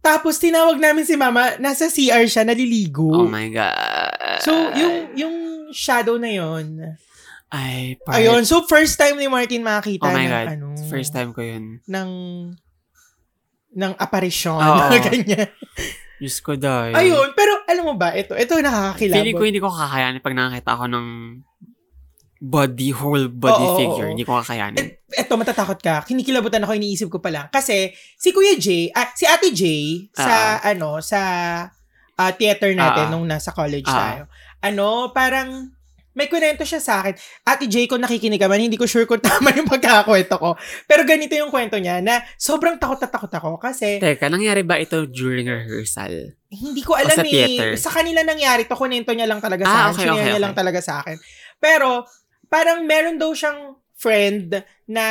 Tapos, tinawag namin si Mama, nasa CR siya,
Oh
naliligo.
my God.
so, yung yung shadow na yon.
Ay, part.
Ayun, so first time ni Martin makakita
Oh my
ng
God.
ano.
First time ko yun.
Ng ng aparisyon.
Oo.
ganyan.
Diyos ko dahil.
Ayun, pero alam mo ba, ito, ito nakakakilabot.
Feeling ko hindi ko kakayanin pag nakakita ako ng body, whole body
Oo, oo,
figure.
oo.
Hindi ko kakayanin.
Eto, matatakot ka. Kinikilabutan ako, iniisip ko pa lang. Kasi, si Kuya Jay, ah, si Ate Jay, sa, ano, sa ah, theater natin
Ah.
nung nasa college
Ah.
tayo. Ano, parang, may kwento siya sa akin. Ate Jay, kung nakikinig ka man, hindi ko sure kung tama yung pagkakakwento ko. Pero ganito yung kwento niya na sobrang takot na takot ako kasi
Teka, nangyari ba ito during rehearsal?
hindi ko alam
sa
eh.
theater.
Sa kanila nangyari to, kunento niya lang talaga sa
Ah,
akin.
okay,
Sinare
okay,
niya
okay.
lang talaga sa akin. Pero, parang meron daw siyang friend na,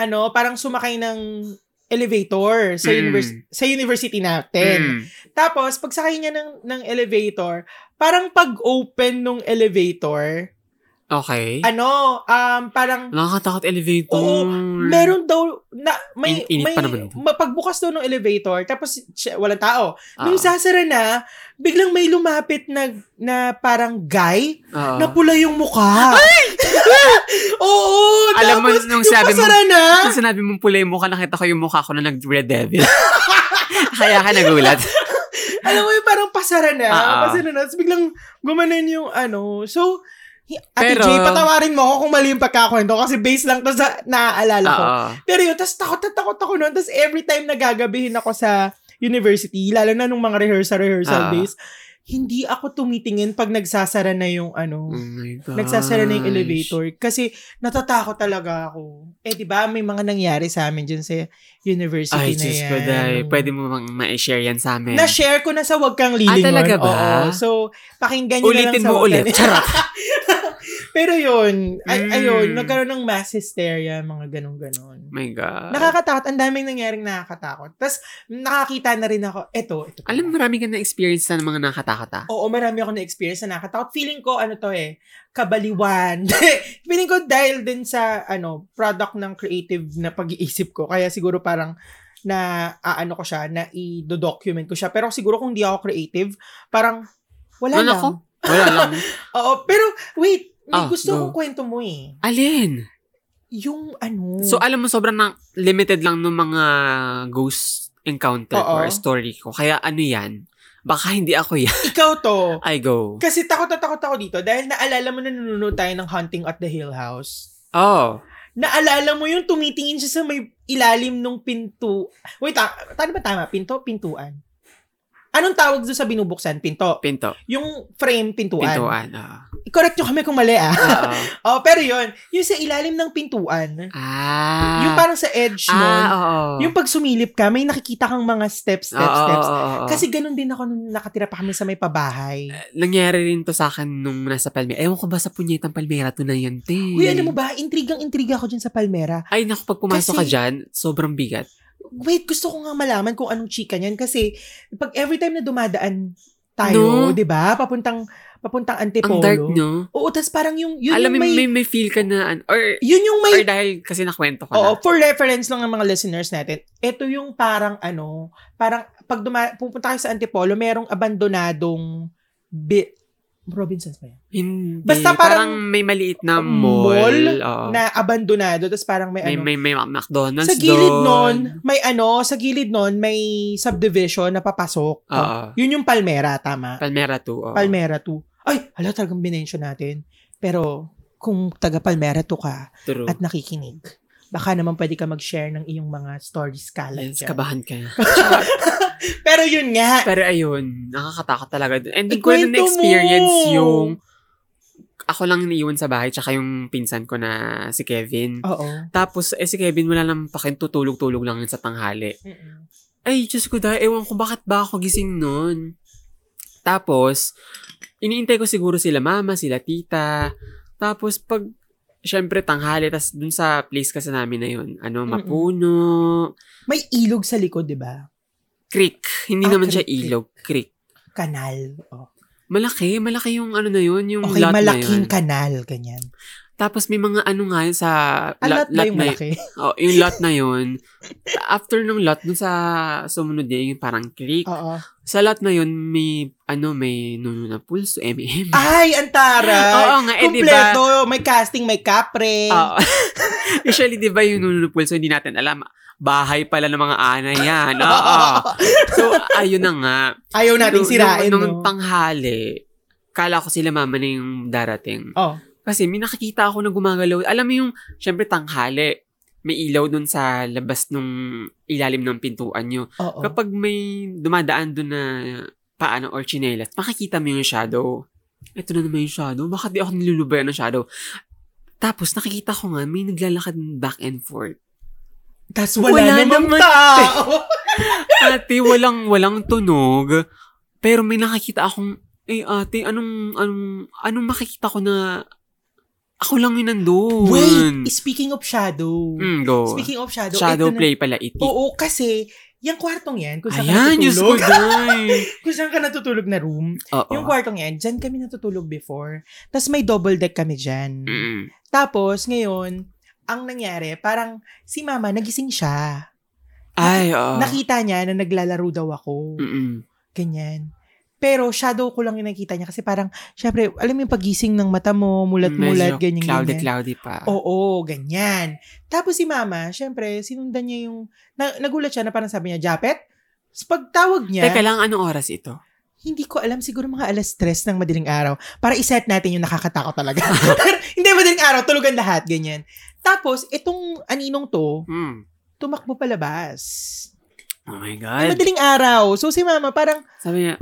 ano, parang sumakay ng elevator sa,
Mm.
univers- sa university natin.
Mm.
Tapos, pagsakay niya ng, ng elevator, parang pag-open nung elevator,
Okay.
ano, um, parang
Nakakatakot elevator.
Oo, meron daw, na, may,
In- init
may
Mm. pa naman ito.
ma- pagbukas daw ng elevator, tapos siya- walang tao.
Ah,
Nung sasara na, biglang may lumapit na, na parang guy
ah.
na pula yung mukha. Oo!
Alam mo,
tapos
nung
yung
sabi mo-
pasara na,
Nung sinabi mong pula yung mukha, nakita ko yung mukha ko na nag-red devil. Kaya ka nagulat.
alam mo yung parang pasara na,
Ah, ah.
pasara na, tapos biglang gumanan yung ano. So, hi- Ate
Pero-
Jay, patawarin mo ako kung mali yung pagkakwento kasi base lang to sa naaalala ko.
Oo.
Pero yun, tapos takot na takot ako noon. Tapos every time nagagabihin ako sa university, lalo na nung mga rehearsal-rehearsal
Ah.
days, hindi ako tumitingin pag nagsasara na yung ano,
Oh my gosh.
nagsasara na yung elevator kasi natatakot talaga ako. Eh, di ba, may mga nangyari sa amin dyan sa university
Ay,
na
Diyos
yan.
ko, day. Pwede mo bang ma-share yan sa amin?
Na-share ko na sa Wag Kang Lilingon.
Ah, talaga ba?
Oo. So, pakinggan nyo na lang
Ulitin
sa
mo Oh
Wag Kang
ulit. Charot.
Pero yun, ay,
Mm.
ayun, nagkaroon ng mass hysteria, mga ganun-ganun.
My God.
Nakakatakot, ang daming nangyaring nakakatakot. Tapos, nakakita na rin ako, eto, eto. pala.
Alam, marami ka na-experience na ng mga nakatakata.
Oo, marami ako na-experience na nakatakot. Feeling ko, ano to eh, kabaliwan. Feeling ko dahil din sa, ano, product ng creative na pag-iisip ko. Kaya siguro parang na, aano ko siya, na i-document ko siya. Pero siguro kung di ako creative, parang, wala
Wala
lang.
ko. Wala lang.
Oo, pero, wait, may
Ah,
gusto kong
go.
kwento mo eh.
Alin?
Yung ano.
So, ah. alam mo, sobrang na- limited lang ng mga ghost encounter
Oo.
or story ko. Kaya ano yan? Baka hindi ako yan.
ikaw to.
I go.
Kasi takot na takot ako dito dahil naalala mo na nanonood tayo ng Hunting at the Hill House.
Oh.
Naalala mo yung tumitingin siya sa may ilalim ng pintu. Wait, ta- tama ba tama? Pinto? Pintuan. Anong tawag doon sa binubuksan? Pinto.
Pinto.
Yung frame, pintuan.
Pintuan. oo.
Correct nyo kami kung mali ah.
Oo.
oh, pero yun. Yung sa ilalim ng pintuan.
Ah.
Yung parang sa edge nun.
Ah, oo.
Yung pag sumilip ka, may nakikita kang mga steps, steps,
Oo,
steps.
oo, oo. Eh,
Kasi ganun din ako nung nakatira pa kami sa may pabahay.
nangyari rin to sa akin nung nasa Palmera. Ewan ko ba sa punyetang Palmera to na yan, te.
Uy, alam mo ba, intrigang-intriga ako dyan sa Palmera.
Ay, naku, pag pumasok
Kasi-
ka dyan, sobrang bigat.
Wait, gusto ko nga malaman kung anong chika niyan kasi pag every time na dumadaan tayo,
No.
'di ba? Papuntang papuntang Antipolo.
Ang dark, no?
Oo, tas parang yung yun
alam
yung
mo,
may,
may, may, feel ka na, an- or,
yun yung may
or dahil kasi nakwento ko
Oo,
na.
for reference lang ng mga listeners natin, ito yung parang ano, parang pag duma- pupunta kayo sa Antipolo, merong abandonadong bi- Robinsons ba yan?
Hindi.
Basta
parang,
parang
may maliit na
mall
mall. oo.
Na abandonado, tapos parang may,
may,
ano.
may, may McDonald's
sa gilid
doon.
nun, may ano, sa gilid nun, may subdivision na papasok.
Oo.
Yun yung Palmera, tama?
Palmera 2. oo.
Palmera 2. Ay, hala talagang binensyon natin. Pero kung taga Palmera 2 ka
True.
at nakikinig, baka naman pwede ka mag-share ng iyong mga stories ka lang
Yes,
dyan.
kabahan ka na.
Pero yun nga.
Pero ayun, nakakatakot talaga. dun. And
Eh,
doon ko na
kwento
experience
mo!
yung ako lang iniiwan sa bahay tsaka yung pinsan ko na si Kevin.
Oo.
Tapos, eh si Kevin wala lang pakin, tutulog-tulog lang yun sa tanghali. Ay, Diyos ko dahil, ewan ko bakit ba ako gising nun. Tapos, iniintay ko siguro sila mama, sila tita. Tapos, pag, syempre, tanghali, tas dun sa place kasi namin na yun, ano,
Mm-mm.
mapuno,
May ilog sa likod, di ba?
creek. Hindi
Ah,
naman siya
creek, creek.
ilog, creek.
Kanal. Oh.
Malaki, malaki yung ano na yun, yung
Okay,
lot
malaking
na yun.
kanal, ganyan.
Tapos may mga ano nga yun sa
Ah, lot ba yung
na yun.
malaki?
Oh, yung lot na yun. After nung lot, dun sa sumunod niya, yung parang creek.
Oo.
Sa lot na yun, may, ano, may nuno na pulso, M&M.
Ay, antara!
Oo nga,
Ah,
eh, Ah,
Kompleto. May casting, may kapre.
Oo. Usually, di ba yung nuno na pulso, hindi natin alam. Bahay pala ng mga ana yan. Oo. so, ayun na nga.
Ayaw nating
ah, Nung-
sirain,
nung, nung
no?
tanghali, kala ko sila mama na yung darating.
Oh.
Kasi may nakikita ako na gumagalaw. Alam mo yung, syempre tanghali, may ilaw dun sa labas nung ilalim ng pintuan nyo.
Oo.
Kapag may dumadaan dun na paano or chinelas, makikita mo yung shadow. Ito na naman yung shadow. Bakit di ako nilulubayan ng shadow? Tapos nakikita ko nga, may naglalakad back and forth.
Tas wala,
Wala
namang
naman.
tao.
Ate, walang, walang tunog. Pero may nakikita akong, eh ate, anong, anong, anong makikita ko na ako lang yun nandun.
Wait, speaking of shadow.
Mm, go.
Speaking of shadow.
Shadow
ito na-
play pala iti.
Oo, kasi yung kwartong yan, kung saan
Ayan,
ka
Diyos ko,
natutulog,
day.
kung saan ka natutulog na room,
Oo.
yung kwartong yan, dyan kami natutulog before. Tapos may double deck kami dyan.
Mm.
Tapos, ngayon, ang nangyari, parang si mama, nagising siya.
Ay, oo.
Nakita niya na naglalaro daw ako.
Mm-mm.
Ganyan. Pero shadow ko lang yung nakita niya kasi parang, syempre, alam mo yung pagising ng mata mo, mulat-mulat,
Medyo
ganyan,
Cloudy,
ganyan. Oh,
cloudy pa.
Oo, ganyan. Tapos si mama, syempre, sinundan niya yung, na, nagulat siya na parang sabi niya, Japet? Tapos pagtawag niya,
Teka lang, anong oras ito?
hindi ko alam, siguro mga alas stress ng madaling araw para iset natin yung nakakatakot talaga. Pero hindi, madaling araw, tulugan lahat, ganyan. Tapos, itong aninong to,
Hmm.
tumakbo palabas.
Oh my
Ay,
God.
madaling araw. So si mama, parang,
Sabi niya,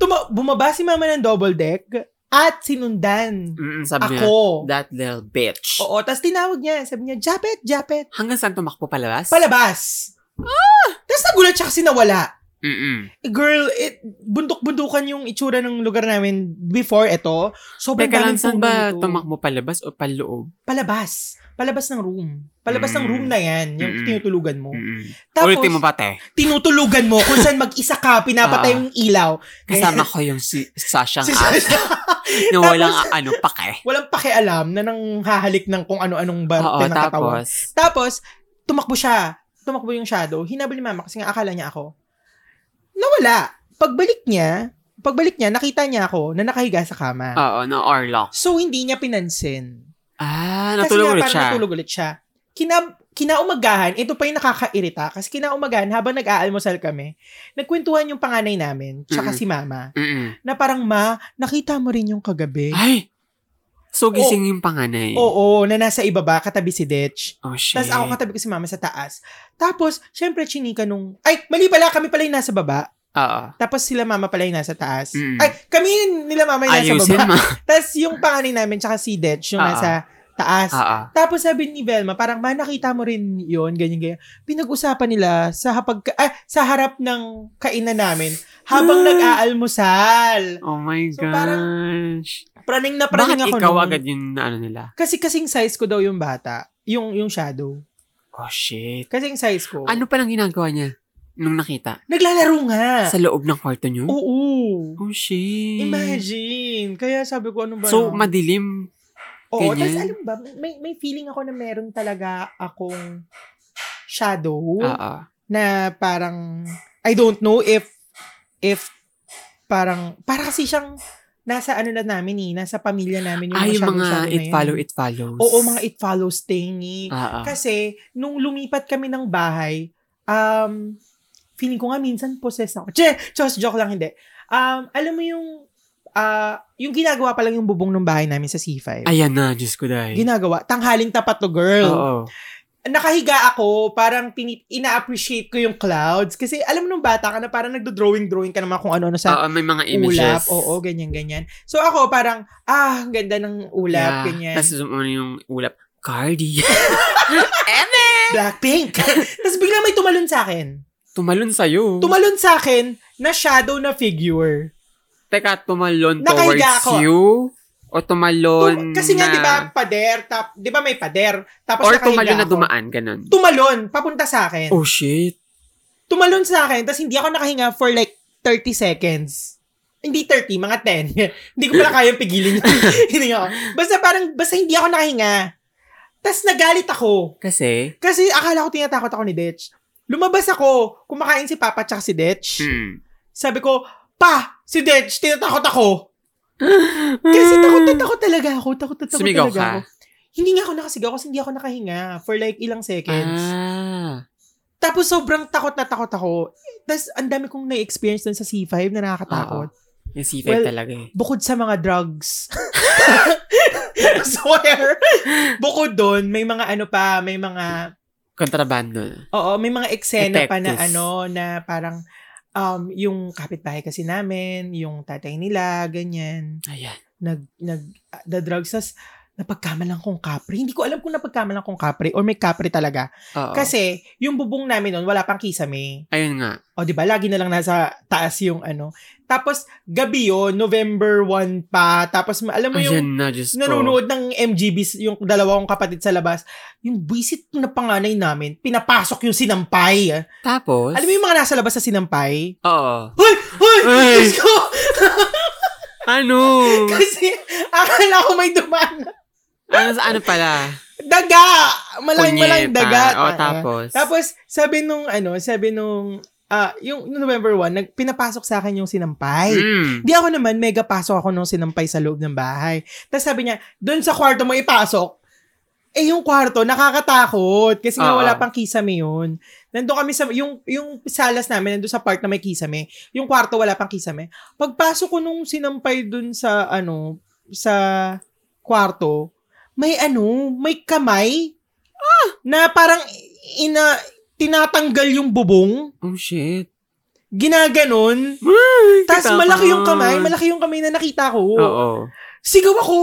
tuma- bumaba si mama ng double deck at sinundan
mm sabi niya,
ako.
that little bitch.
Oo, tapos tinawag niya, sabi niya, Japet, Japet.
Hanggang saan tumakbo palabas?
Palabas. Ah! Tapos nagulat siya kasi nawala.
Mm-mm.
Girl, it, bundok-bundukan yung itsura ng lugar namin before ito. Sobrang
Teka lang,
daming
saan
puno
ba
nito.
tumakbo palabas o paloob?
Palabas. Palabas ng room. Palabas ng
Mm.
room na yan, yung
Mm-mm.
tinutulugan mo.
Mm-mm.
Tapos,
Ulitin mo pate.
tinutulugan mo kung saan mag-isa ka, pinapatay
Ah.
yung ilaw.
Kasama ko yung si Sashang
Si
As na walang a- ano pake.
Walang pakialam na nang hahalik ng kung ano-anong barte
Oo,
ng katawan.
tapos.
Tapos, tumakbo siya. Tumakbo yung shadow. Hinabol ni mama kasi nga akala niya ako. Nawala. Pagbalik niya, pagbalik niya, nakita niya ako na nakahiga sa kama.
Oo, na Orlock.
So, hindi niya pinansin.
Ah, natulog
kasi nga,
ulit
parang
siya.
natulog ulit siya. Kina, kinaumagahan, ito pa yung nakakairita, kasi kinaumagahan, habang nag-aalmusal kami, nagkwentuhan yung panganay namin, tsaka
Mm-mm.
si mama,
Mm-mm.
na parang, ma, nakita mo rin yung kagabi.
Ay! So, gising yung panganay.
Oo,
Oh,
na nasa ibaba, katabi si Detch.
shit.
Tapos ako katabi ko si mama sa taas. Tapos, syempre, chinika nung, ay, mali pala, kami pala yung nasa baba.
Oo.
Tapos sila mama pala yung nasa taas.
Mm.
Ay, kami yung nila mama yung nasa
Ayusin
baba.
mo.
Tapos yung panganay namin, tsaka si Detch, yung
Ah,
nasa taas.
Oo.
Tapos sabi ni Velma, parang ma, nakita mo rin yon ganyan, ganyan. Pinag-usapan nila sa, hapag, ah, sa harap ng kainan namin habang
Ah.
nag-aalmusal.
Oh my
So, parang
gosh.
Praning na
Bakit
praning ako
ikaw
nun.
agad yung ano nila?
Kasi kasing size ko daw yung bata. Yung, yung shadow.
Oh shit.
Kasing size ko.
Ano palang ginagawa niya nung nakita?
Naglalaro nga.
Sa loob ng kwarto niyo?
Ah. Oo.
Oh shit.
Imagine. Kaya sabi ko, ano ba?
So,
no?
madilim.
Oo,
ganyan?
tapos alam ba, may, may feeling ako na meron talaga akong shadow.
Oo.
na parang I don't know if if parang para kasi siyang nasa ano na namin eh, nasa pamilya namin yung
Ay, Ah, yung
masyadong
mga
shadow na
it
yun.
follow, it follows. Ah,
Oo, mga it follows thing eh.
Oo.
Kasi nung lumipat kami ng bahay, um feeling ko nga minsan possess ako. Che, just joke lang hindi. Um alam mo yung ah yung ginagawa pa lang yung bubong ng bahay namin sa C5.
Ayan na, Diyos ko dahil.
Ginagawa. Tanghaling tapat to girl
Oo.
nakahiga ako, parang tini- ina-appreciate ko yung clouds. Kasi alam mo nung bata ka na parang nagdo-drawing-drawing ka naman kung ano-ano sa
Oo, Ah, may mga
ulap.
images.
Oo, ganyan-ganyan. So ako parang, ah, ang ganda ng ulap, ganyan.
Tapos zoom on yung ulap. Cardi.
Blackpink! Tapos bigla may tumalon sa akin.
Tumalon sa'yo.
Tumalon sa akin na shadow na figure.
Teka, tumalon
Nakahiga
towards
ako.
you? O
Tum-
tumalon
kasi nga,
Oh, na-
di ba, pader, tap, di ba may pader? Tapos
Or
nakahiga
tumalon na
ako.
dumaan, ganun.
Tumalon, papunta sa akin.
Oh, shit.
Tumalon sa akin, tapos hindi ako nakahinga for like 30 seconds. Hindi 30, mga 10. hindi ko pala kayang pigilin yun. hindi ako. Basta parang, basta hindi ako nakahinga. Tapos nagalit ako.
Kasi,
Kasi akala ko tinatakot ako ni Detch. Lumabas ako, kumakain si Papa tsaka si Detch.
hmm.
Sabi ko, Pa! Si Detch, tinatakot ako! Kasi takot na takot talaga ako. Takot na takot
Hmm. Sumigaw
talaga
ka?
ako. Hindi nga ako nakasigaw kasi hindi ako nakahinga for like ilang seconds.
Ah.
Tapos sobrang takot na takot ako. Tapos ang dami kong na-experience dun sa C5 na nakakatakot.
Yung C5
Well,
talaga eh.
Bukod sa mga drugs. Swear. Bukod doon, may mga ano pa, may mga,
Kontrabando.
oo, may mga eksena pa na
Detectives.
ano, na parang, um, yung kapitbahay kasi namin, yung tatay nila, ganyan,
Ayan.
nag, nag, ah, the drugs, tas, napagkamalan kong kapre. Hindi ko alam kung napagkamalan kong kapre or may kapre talaga.
Oo.
Kasi, yung bubong namin noon, wala pang kisame.
Ayun nga.
O, di ba? Lagi na lang nasa taas yung ano. Tapos, gabi yun, November 1 pa. Tapos, ma- alam mo yung
Ayan na, Diyos ko.
nanonood ng MGB, yung dalawang kapatid sa labas. Yung buisit na panganay namin, pinapasok yung sinampay. ah.
Tapos?
Alam mo yung mga nasa labas sa sinampay?
Oo.
Hoy! Hoy!
Ay!
Diyos ko!
Ano?
Kasi, akala ko may dumaan. na-
ano sa ano pala?
Daga! Malang-malang
Punyeta.
daga.
O,
Ah, ah.
tapos?
Tapos, sabi nung, ano, sabi nung, ah, yung November 1, nag, pinapasok sa akin yung sinampay.
Mm.
Di ako naman, mega pasok ako nung sinampay sa loob ng bahay. Tapos sabi niya, doon sa kwarto mo ipasok. Eh, yung kwarto, nakakatakot. Kasi nga
Oo.
wala pang kisame yun. Nandun kami sa, yung, yung salas namin, nandun sa part na may kisame. Yung kwarto, wala pang kisame. Pagpasok ko nung sinampay doon sa, ano, sa kwarto, may ano, may kamay na parang ina, tinatanggal yung bubong.
Oh, shit.
Ginaganon. Tapos
Kita
malaki
ka.
yung kamay, malaki yung kamay na nakita ko.
Oo.
Sigaw ako!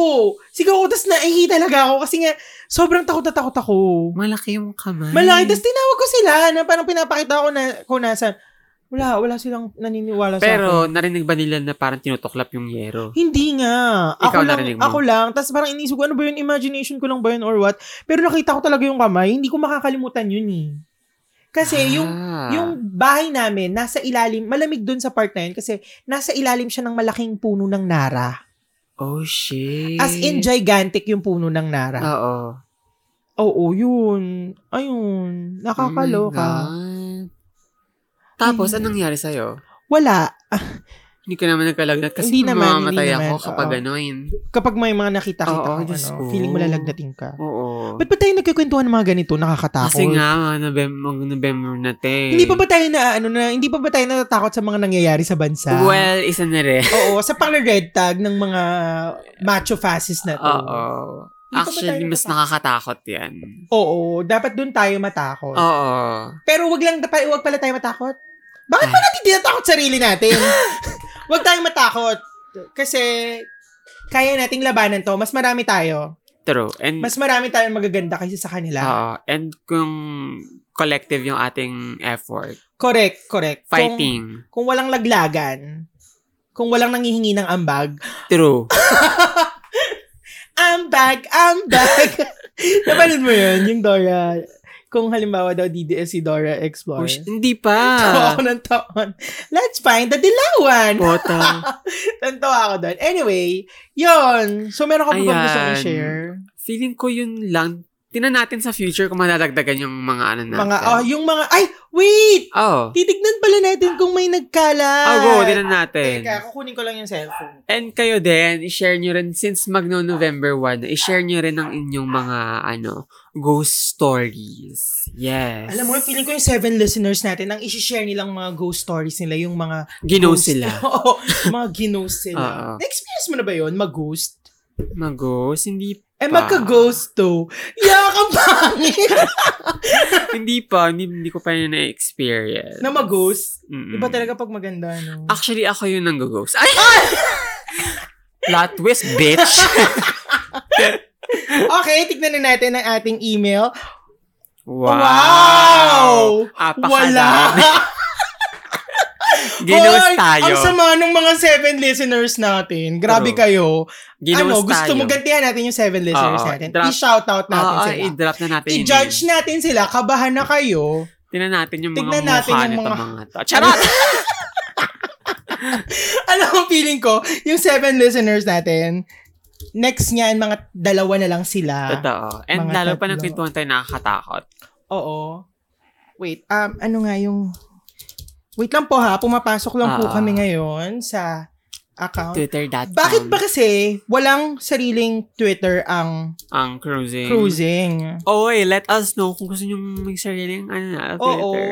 Sigaw ako, tapos naihi talaga ako kasi nga, sobrang takot na takot ako.
Malaki yung kamay.
Malaki, tapos tinawag ko sila na parang pinapakita ko na, ko nasa, Wala, wala silang naniniwala sa akin.
Pero narinig ba nila na parang tinutuklap yung yero?
Hindi nga. Ako
Ikaw
lang,
narinig mo?
ako lang. Tapos parang inisip ko, ano ba yun? Imagination ko lang ba yun or what? Pero nakita ko talaga yung kamay. Hindi ko makakalimutan yun eh. Kasi yung
Ah.
yung bahay namin, nasa ilalim, malamig dun sa part na yun kasi nasa ilalim siya ng malaking puno ng nara.
Oh, shit.
As in, gigantic yung puno ng nara.
Ah. Oo.
Oo, yun. Ayun. Nakakaloka.
Oh my God. Tapos, anong nangyari sa'yo?
Wala.
Hindi ka naman nagkalagnat kasi
Hindi naman,
mamamatay
hindi
ako
naman,
kapag
oo.
gano'n.
Kapag may mga nakita-kita
Oo,
kang
Diyos
ano,
ko.
feeling mo lalagnating ka.
Oo.
Ba't ba tayo nagkikwentuhan ng mga ganito? Nakakatakot.
Kasi nga, eh. mga November, November na te.
Hindi pa ba tayo na, ano, na, hindi pa ba tayo natatakot sa mga nangyayari sa bansa?
Well, isa na rin.
Oo, sa pang-red tag ng mga macho fascist na to.
Oo.
Hindi pa ba
Actually,
tayo
mas
natatakot?
nakakatakot yan.
Oo, dapat doon tayo matakot.
Oo.
Pero wag lang wag pala tayo matakot. Bakit pa natin tinatakot sarili natin? wag tayong matakot. Kasi kaya nating labanan 'to. Mas marami tayo.
True. And,
Mas marami tayong magaganda kaysa sa kanila.
oo. And kung collective yung ating effort,
Correct, correct. Kung,
fighting.
kung walang laglagan, kung walang nangihingi ng ambag,
True.
ambag, ambag. Napanood mo 'yun, yung Dora. Kung halimbawa daw DDS si Dora
Oh, sh-
Explore.
hindi
Tawa
pa.
ako ng taon. Let's find the dilawan.
Botang.
Tanto ako doon. Anyway, yon So, meron ka pa bang
Ayan.
gusto kong share?
Feeling ko yun lang. Tinan natin sa future kung madadagdagan yung mga ano natin.
Mga, oh, yung mga, ay, wait!
oh.
Titignan pala natin kung may nagkalat.
Oh, go. Tinan natin.
Teka, kukunin ko lang yung cellphone.
And kayo din, i-share nyo rin, since magno November 1, i-share nyo rin ang inyong mga, ano, ghost stories. Yes.
Alam mo, feeling ko yung seven listeners natin, ang isi-share nilang mga ghost stories nila, yung mga...
Gino
ghost-
sila.
Oo, mga ginos sila.
Oo.
Na-experience mo na ba yun, mag-ghost?
Mag-ghost? Hindi,
Eh,
Pa.
magka-ghost to. Yakang pangit
hindi pa. Hindi, hindi ko pa yun na-experience.
na mag-ghost.
Mm-mm.
Iba talaga pag maganda, no?
Actually, ako yung nang-ghost. Ay! Plot twist, bitch!
Okay, tignan na natin ang ating email.
Wow!
Wow!
Apakalami.
Wala!
Ginos
Hoy,
tayo.
Ang sama ng mga seven listeners natin. Grabe
True.
kayo.
Ginos
ano, gusto
tayo.
mo gantihan natin yung seven listeners
Oo,
natin.
drop-
I-shoutout natin
Oo,
sila.
i-drop na natin.
I-judge natin sila. Kabahan na kayo.
Tingnan natin yung mga
Tignan natin
mukha
yung
nito
mga- ah,
mga to. Charot!
Alam mo, feeling ko, yung seven listeners natin, next niyan, mga dalawa na lang sila.
Totoo. And
Mga
lalo pa
tatlo.
ng kwentuhan tayo nakakatakot.
Oo. Wait, um, ano nga yung... Wait lang po ha, pumapasok lang po
Ah.
kami ngayon sa account.
Twitter.com.
Bakit ba kasi walang sariling Twitter ang
Ang cruising.
cruising?
Oy, let us know kung gusto nyo may sariling ano, na,
Oo.
Twitter.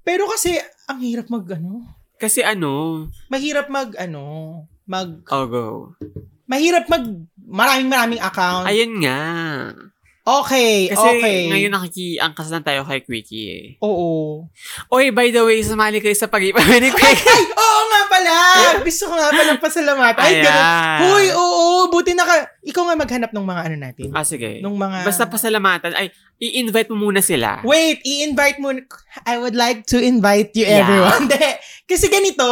Pero kasi, ang hirap mag, ano,
Kasi ano,
mahirap mag, ano, mag,
oh go.
mahirap mag, maraming maraming account.
Ayun nga.
okay,
Kasi
okay.
ngayon nakikiangkas na tayo kay Quickie eh.
Oo.
Oy, by the way, sumali kayo sa pag-ipamay ni
Ay,
Quickie.
ay, oo nga pala! Gusto ko nga pala pasalamatan. Ay, ganun.
Ayan.
Hoy, oo, buti na ka. Ikaw nga maghanap ng mga ano natin.
Ah, sige.
Nung mga...
Basta pasalamatan. Ay, i-invite mo muna sila.
Wait, i-invite mo. I would like to invite you
Yeah.
everyone. Hindi. kasi ganito,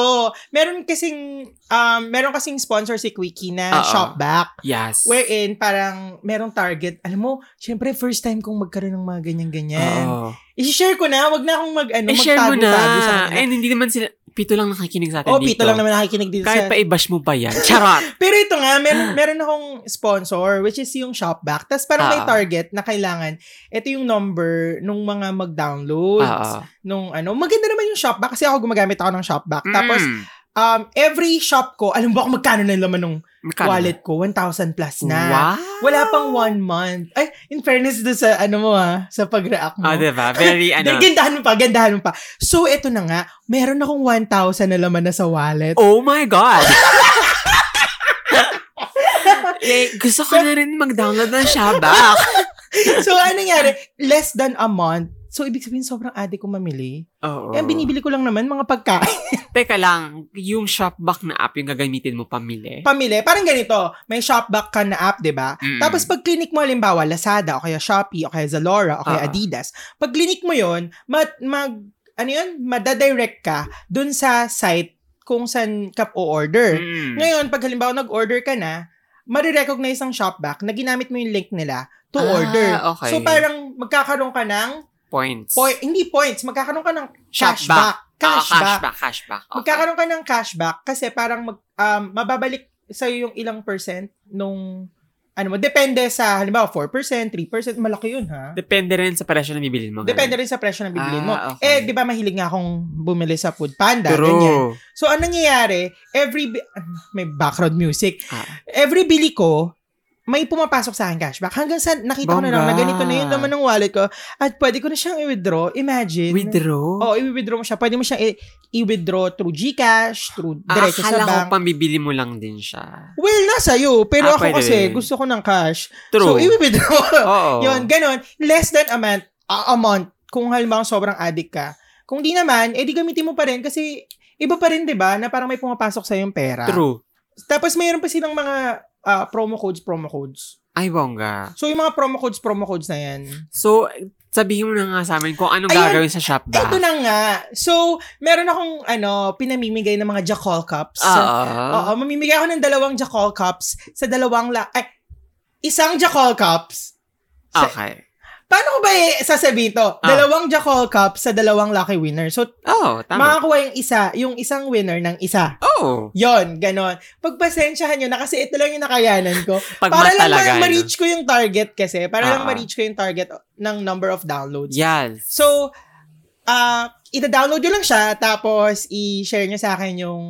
meron kasing, um, meron kasing sponsor si Quickie na
Oo.
Shopback.
Yes.
Wherein, parang merong target. Alam mo, syempre, first time kong magkaroon ng mga ganyan-ganyan.
Oo.
I-share ko na, wag na akong mag, ano,
I-share mo na.
magtago-tago sa kanila.
And hindi naman sila, pito lang nakikinig sa atin
Oh,
dito.
pito lang naman nakikinig dito
Kahit
sa...
pa i-bash mo pa yan. Charot!
Pero ito nga, meron, meron akong sponsor, which is yung Shopback. Tapos parang may
Ah.
target na kailangan, ito yung number nung mga mag-downloads,
Oo.
nung ano. Maganda naman yung Shopback kasi ako gumagamit ako ng Shopback. Tapos,
Mm.
um, every shop ko, alam ba kung magkano na yung laman ng
Magkano?
wallet ko? 1,000 plus na.
Wow!
Wala pang one month. Ay, in fairness do sa, ano mo ah, sa pag-react mo.
Ah, diba? Very,
Hindi,
ano.
Gandahan mo pa, gandahan mo pa. So, eto na nga, meron akong 1,000 na laman na sa wallet.
oh my God! eh, gusto ko na rin mag-download ng Shabak.
so, ano nangyari? Less than a month. So, ibig sabihin, sobrang adik ko mamili.
Oo.
Eh, ang binibili ko lang naman, mga pagkain.
Teka lang, yung Shopback na app yung gagamitin mo pamili.
Pamili. Parang ganito, may Shopback ka na app, di ba?
Mm.
Tapos, pag clinic mo, halimbawa, Lazada, o kaya Shopee, o kaya Zalora, o kaya
Ah.
Adidas, pag clinic mo yon mag, mag ano yun, madadirect ka dun sa site kung saan ka o-order.
Mm.
Ngayon, pag halimbawa nag-order ka na, marirecognize ng Shopback na ginamit mo yung link nila to
Ah,
order.
okay.
So parang magkakaroon ka ng,
Points.
poi- hindi points, magkakaroon ka ng
Shopback.
cashback.
Ah,
Cashback.
cashback. Cashback. Okay.
Magkakaroon ka ng cashback kasi parang mag, um, mababalik sa yung ilang percent nung ano mo, depende sa halimbawa 4%, 3%, malaki yun ha.
Depende rin sa presyo na bibilin mo. ganun.
Depende rin sa presyo na bibilin mo.
Ah,
Eh,
okay.
di ba mahilig nga akong bumili sa Food Panda, ganyan.
True.
So, anong nangyayari, every, bi- ah, may background music,
Ah.
every bili ko, may pumapasok sa akin cashback. Hanggang sa nakita ko na lang na
Bongga.
ganito na yun naman ng wallet ko at pwede ko na siyang i-withdraw. Imagine.
Withdraw?
Oo, i-withdraw mo siya. Pwede mo siyang i- i-withdraw through GCash, through
Ah,
diretso sa
akala ko
bank.
pambibili mo lang din siya.
Well, nasa iyo. Pero
Ah,
ako
pwede
kasi,
rin.
gusto ko ng cash. So,
True. Oh.
i-withdraw.
Oo.
Yun, ganun. Less than a month, a, a month, kung halimbawa sobrang addict ka. Kung di naman, eh di gamitin mo pa rin kasi iba pa rin, di ba, na parang may pumapasok sa yung pera.
True.
Tapos mayroon pa silang mga ah, promo codes, promo codes.
Ay, bongga.
So, yung mga promo codes, promo codes na yan.
So, sabihin mo na nga sa amin kung anong
Ayun.
gagawin sa shop ba?
Ito na nga. So, meron akong, ano, pinamimigay ng mga Jackal Cups.
Ah,
Oo, mamimigay ako ng dalawang Jackal Cups sa dalawang la... Ay, isang Jackal Cups. Sa-
okay.
Paano ko ba eh, sasabihin to?
Ah.
Dalawang Jackal Cups sa dalawang lucky winner. So,
Oo, tama.
makakuha yung isa, yung isang winner ng isa.
Oo.
Yon, ganon. Pagpasensyahan nyo na kasi ito lang yung nakayanan ko.
Pag
para
mat
lang
talaga.
ma-
ano.
ma-reach ko yung target kasi. Para lang
Ah.
ma-reach ko yung target ng number of downloads.
Yes.
So, uh, ita-download nyo lang siya tapos i-share nyo sa akin yung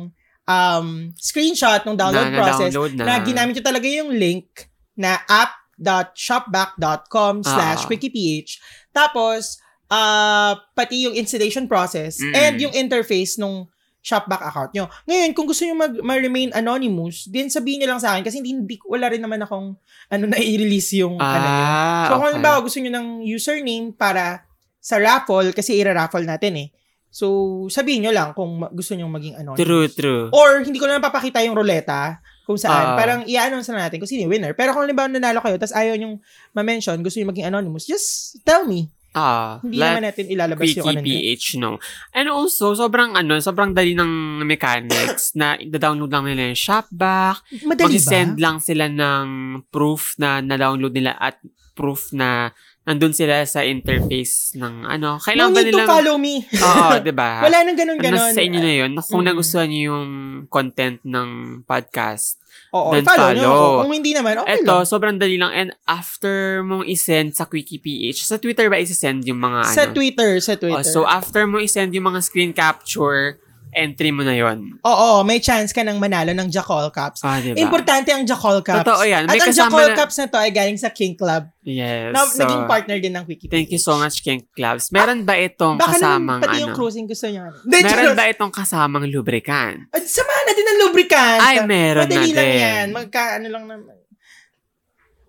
um, screenshot ng download
na,
process
Na-download na.
na ginamit nyo talaga yung link na app.shopback.com
Ah.
slash wikiph. Tapos, ah, pati yung installation process
Mm.
and yung interface nung Shopback account nyo. Ngayon, kung gusto nyo mag, ma-remain anonymous, then sabihin nyo lang sa akin kasi hindi, hindi ko- wala rin naman akong ano, na-release yung ano yun. So,
Ah,
kung
okay.
halimbawa gusto nyo ng username para sa raffle, kasi ira-raffle natin eh. So, sabihin nyo lang kung ma- gusto nyo maging anonymous.
True, true.
Or hindi ko na lang papakita yung ruleta kung saan.
Ah.
parang i-announce na natin kung sino yung winner. Pero kung halimbawa nanalo kayo, tapos ayaw yung ma-mention, gusto yung maging anonymous, just tell me.
Ah,
Hindi
like-
naman natin ilalabas yung ano nila.
PH, no? And also, sobrang ano, sobrang dali ng mechanics na i-download lang nila yung Shopback.
Madali ba?
Mag-send lang sila ng proof na na-download nila at proof na nandun sila sa interface ng
No
ano. Kailangan ba
need to
nilang...
follow me.
Oo, diba?
Wala nang ganun-ganun.
Nasa sa inyo na yun. Kung
Mm.
nagustuhan niyo yung content ng podcast,
Oo,
Then
follow nyo
follow.
ako. Kung hindi naman, okay
eto,
lang.
sobrang dali lang. And after mong isend sa Quickie PH, sa Twitter ba isisend yung mga
Sa
ano?
Twitter, sa Twitter.
Oh, so, after mo isend yung mga screen capture, entry mo na yon.
Oo, may chance ka nang manalo ng Jackal Cups.
Ah, diba?
Importante ang Jackal Cups.
Totoo yan. May
At ang
kasama
Jackal
na-
Cups na to ay galing sa King Club.
Yes.
Na,
so,
naging partner din ng Wiki.
Thank you so much, King Clubs. Meron ba itong
Baka naman
kasamang
pati yung
ano?
cruising gusto niya.
Meron ba itong kasamang lubricant?
At samahan natin ng lubricant.
Ay, meron
Madali
na
lang
din.
yan. Magka, ano lang naman.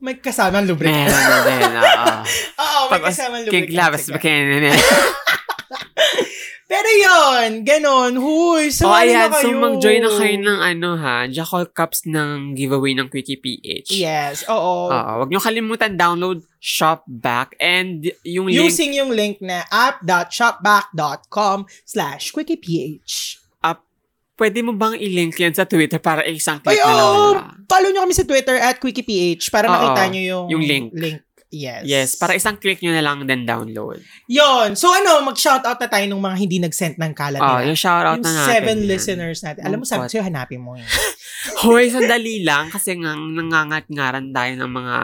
May kasama ang lubricant.
Meron na din, oo.
Oo, may
Pag
kasama ang
King
lubricant.
Clubs,
Sige.
bakit
Pero yon ganon. Huy,
So,
sumali na
Oh, ayan.
kayo.
So, mag-join na kayo ng ano ha, Jackal Cups ng giveaway ng Quickie PH.
Yes, oo.
Oo. Huwag nyo kalimutan, download Shopback and yung link
Using yung link na app.shopback.com slash wikiph.
Ah, Pwede mo bang i-link yan sa Twitter para isang
Ay,
click na lang?
oo.
nila?
Follow nyo kami sa Twitter at wikiph para
Oo.
makita nyo yung,
Yung link.
Yes.
Yes, para isang click nyo na lang then download.
Yon. So ano, mag-shoutout na tayo ng mga hindi nag-send ng kalat
Oh,
nila.
yung shoutout
yung
na natin.
seven
yan.
listeners natin. Alam mo, sabi
Lungkot.
sa'yo, hanapin mo yun.
Hoy, sandali lang kasi nga nangangat-ngaran tayo ng mga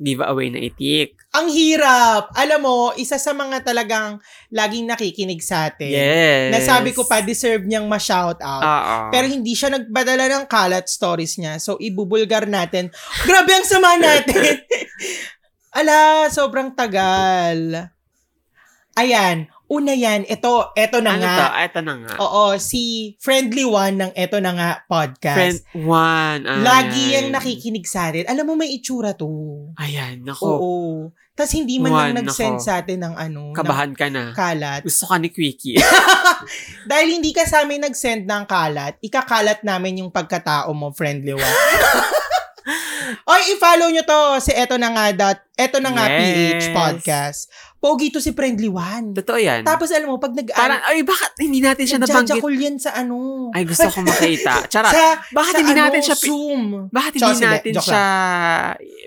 giveaway na itik.
Ang hirap. Alam mo, isa sa mga talagang laging nakikinig sa atin.
Yes. Ah.
Nasabi ko pa, deserve niyang ma-shoutout.
Oo.
Pero hindi siya nagbadala ng kalat stories niya. So, ibubulgar natin. Grabe ang sama natin. Ala, sobrang tagal. Ayan. Una yan. Ito, ito na
ano
nga. Oh,
to? Ito na nga.
Oo, si Friendly One ng Eto Na Nga podcast.
Friend one. Ayan.
Lagi yung nakikinig sa atin. Alam mo, may itsura to.
Ayan, naku.
Oo. Tapos hindi man lang
Oh. Juan,
nag-send
nako.
sa atin ng ano, ng
Kabahan ka na.
kalat.
Gusto ka ni Quickie.
Dahil hindi ka sa amin nag-send ng kalat, ikakalat namin yung pagkatao mo, friendly one. Oy, i-follow nyo to si Eto Na Nga dot, Eto Na Nga
Yes.
PH podcast. Pogi to si Friendly Juan.
Totoo yan.
Tapos ah, alam mo, pag nag-
Parang, ay, bakit hindi natin siya nabanggit?
nagjajakul yan sa ano.
Ay, gusto ko makita. Charot.
sa,
Bakit
sa
hindi
ano,
natin siya pi-
Zoom.
Bakit
Tsaka
hindi
sila,
natin
joke
siya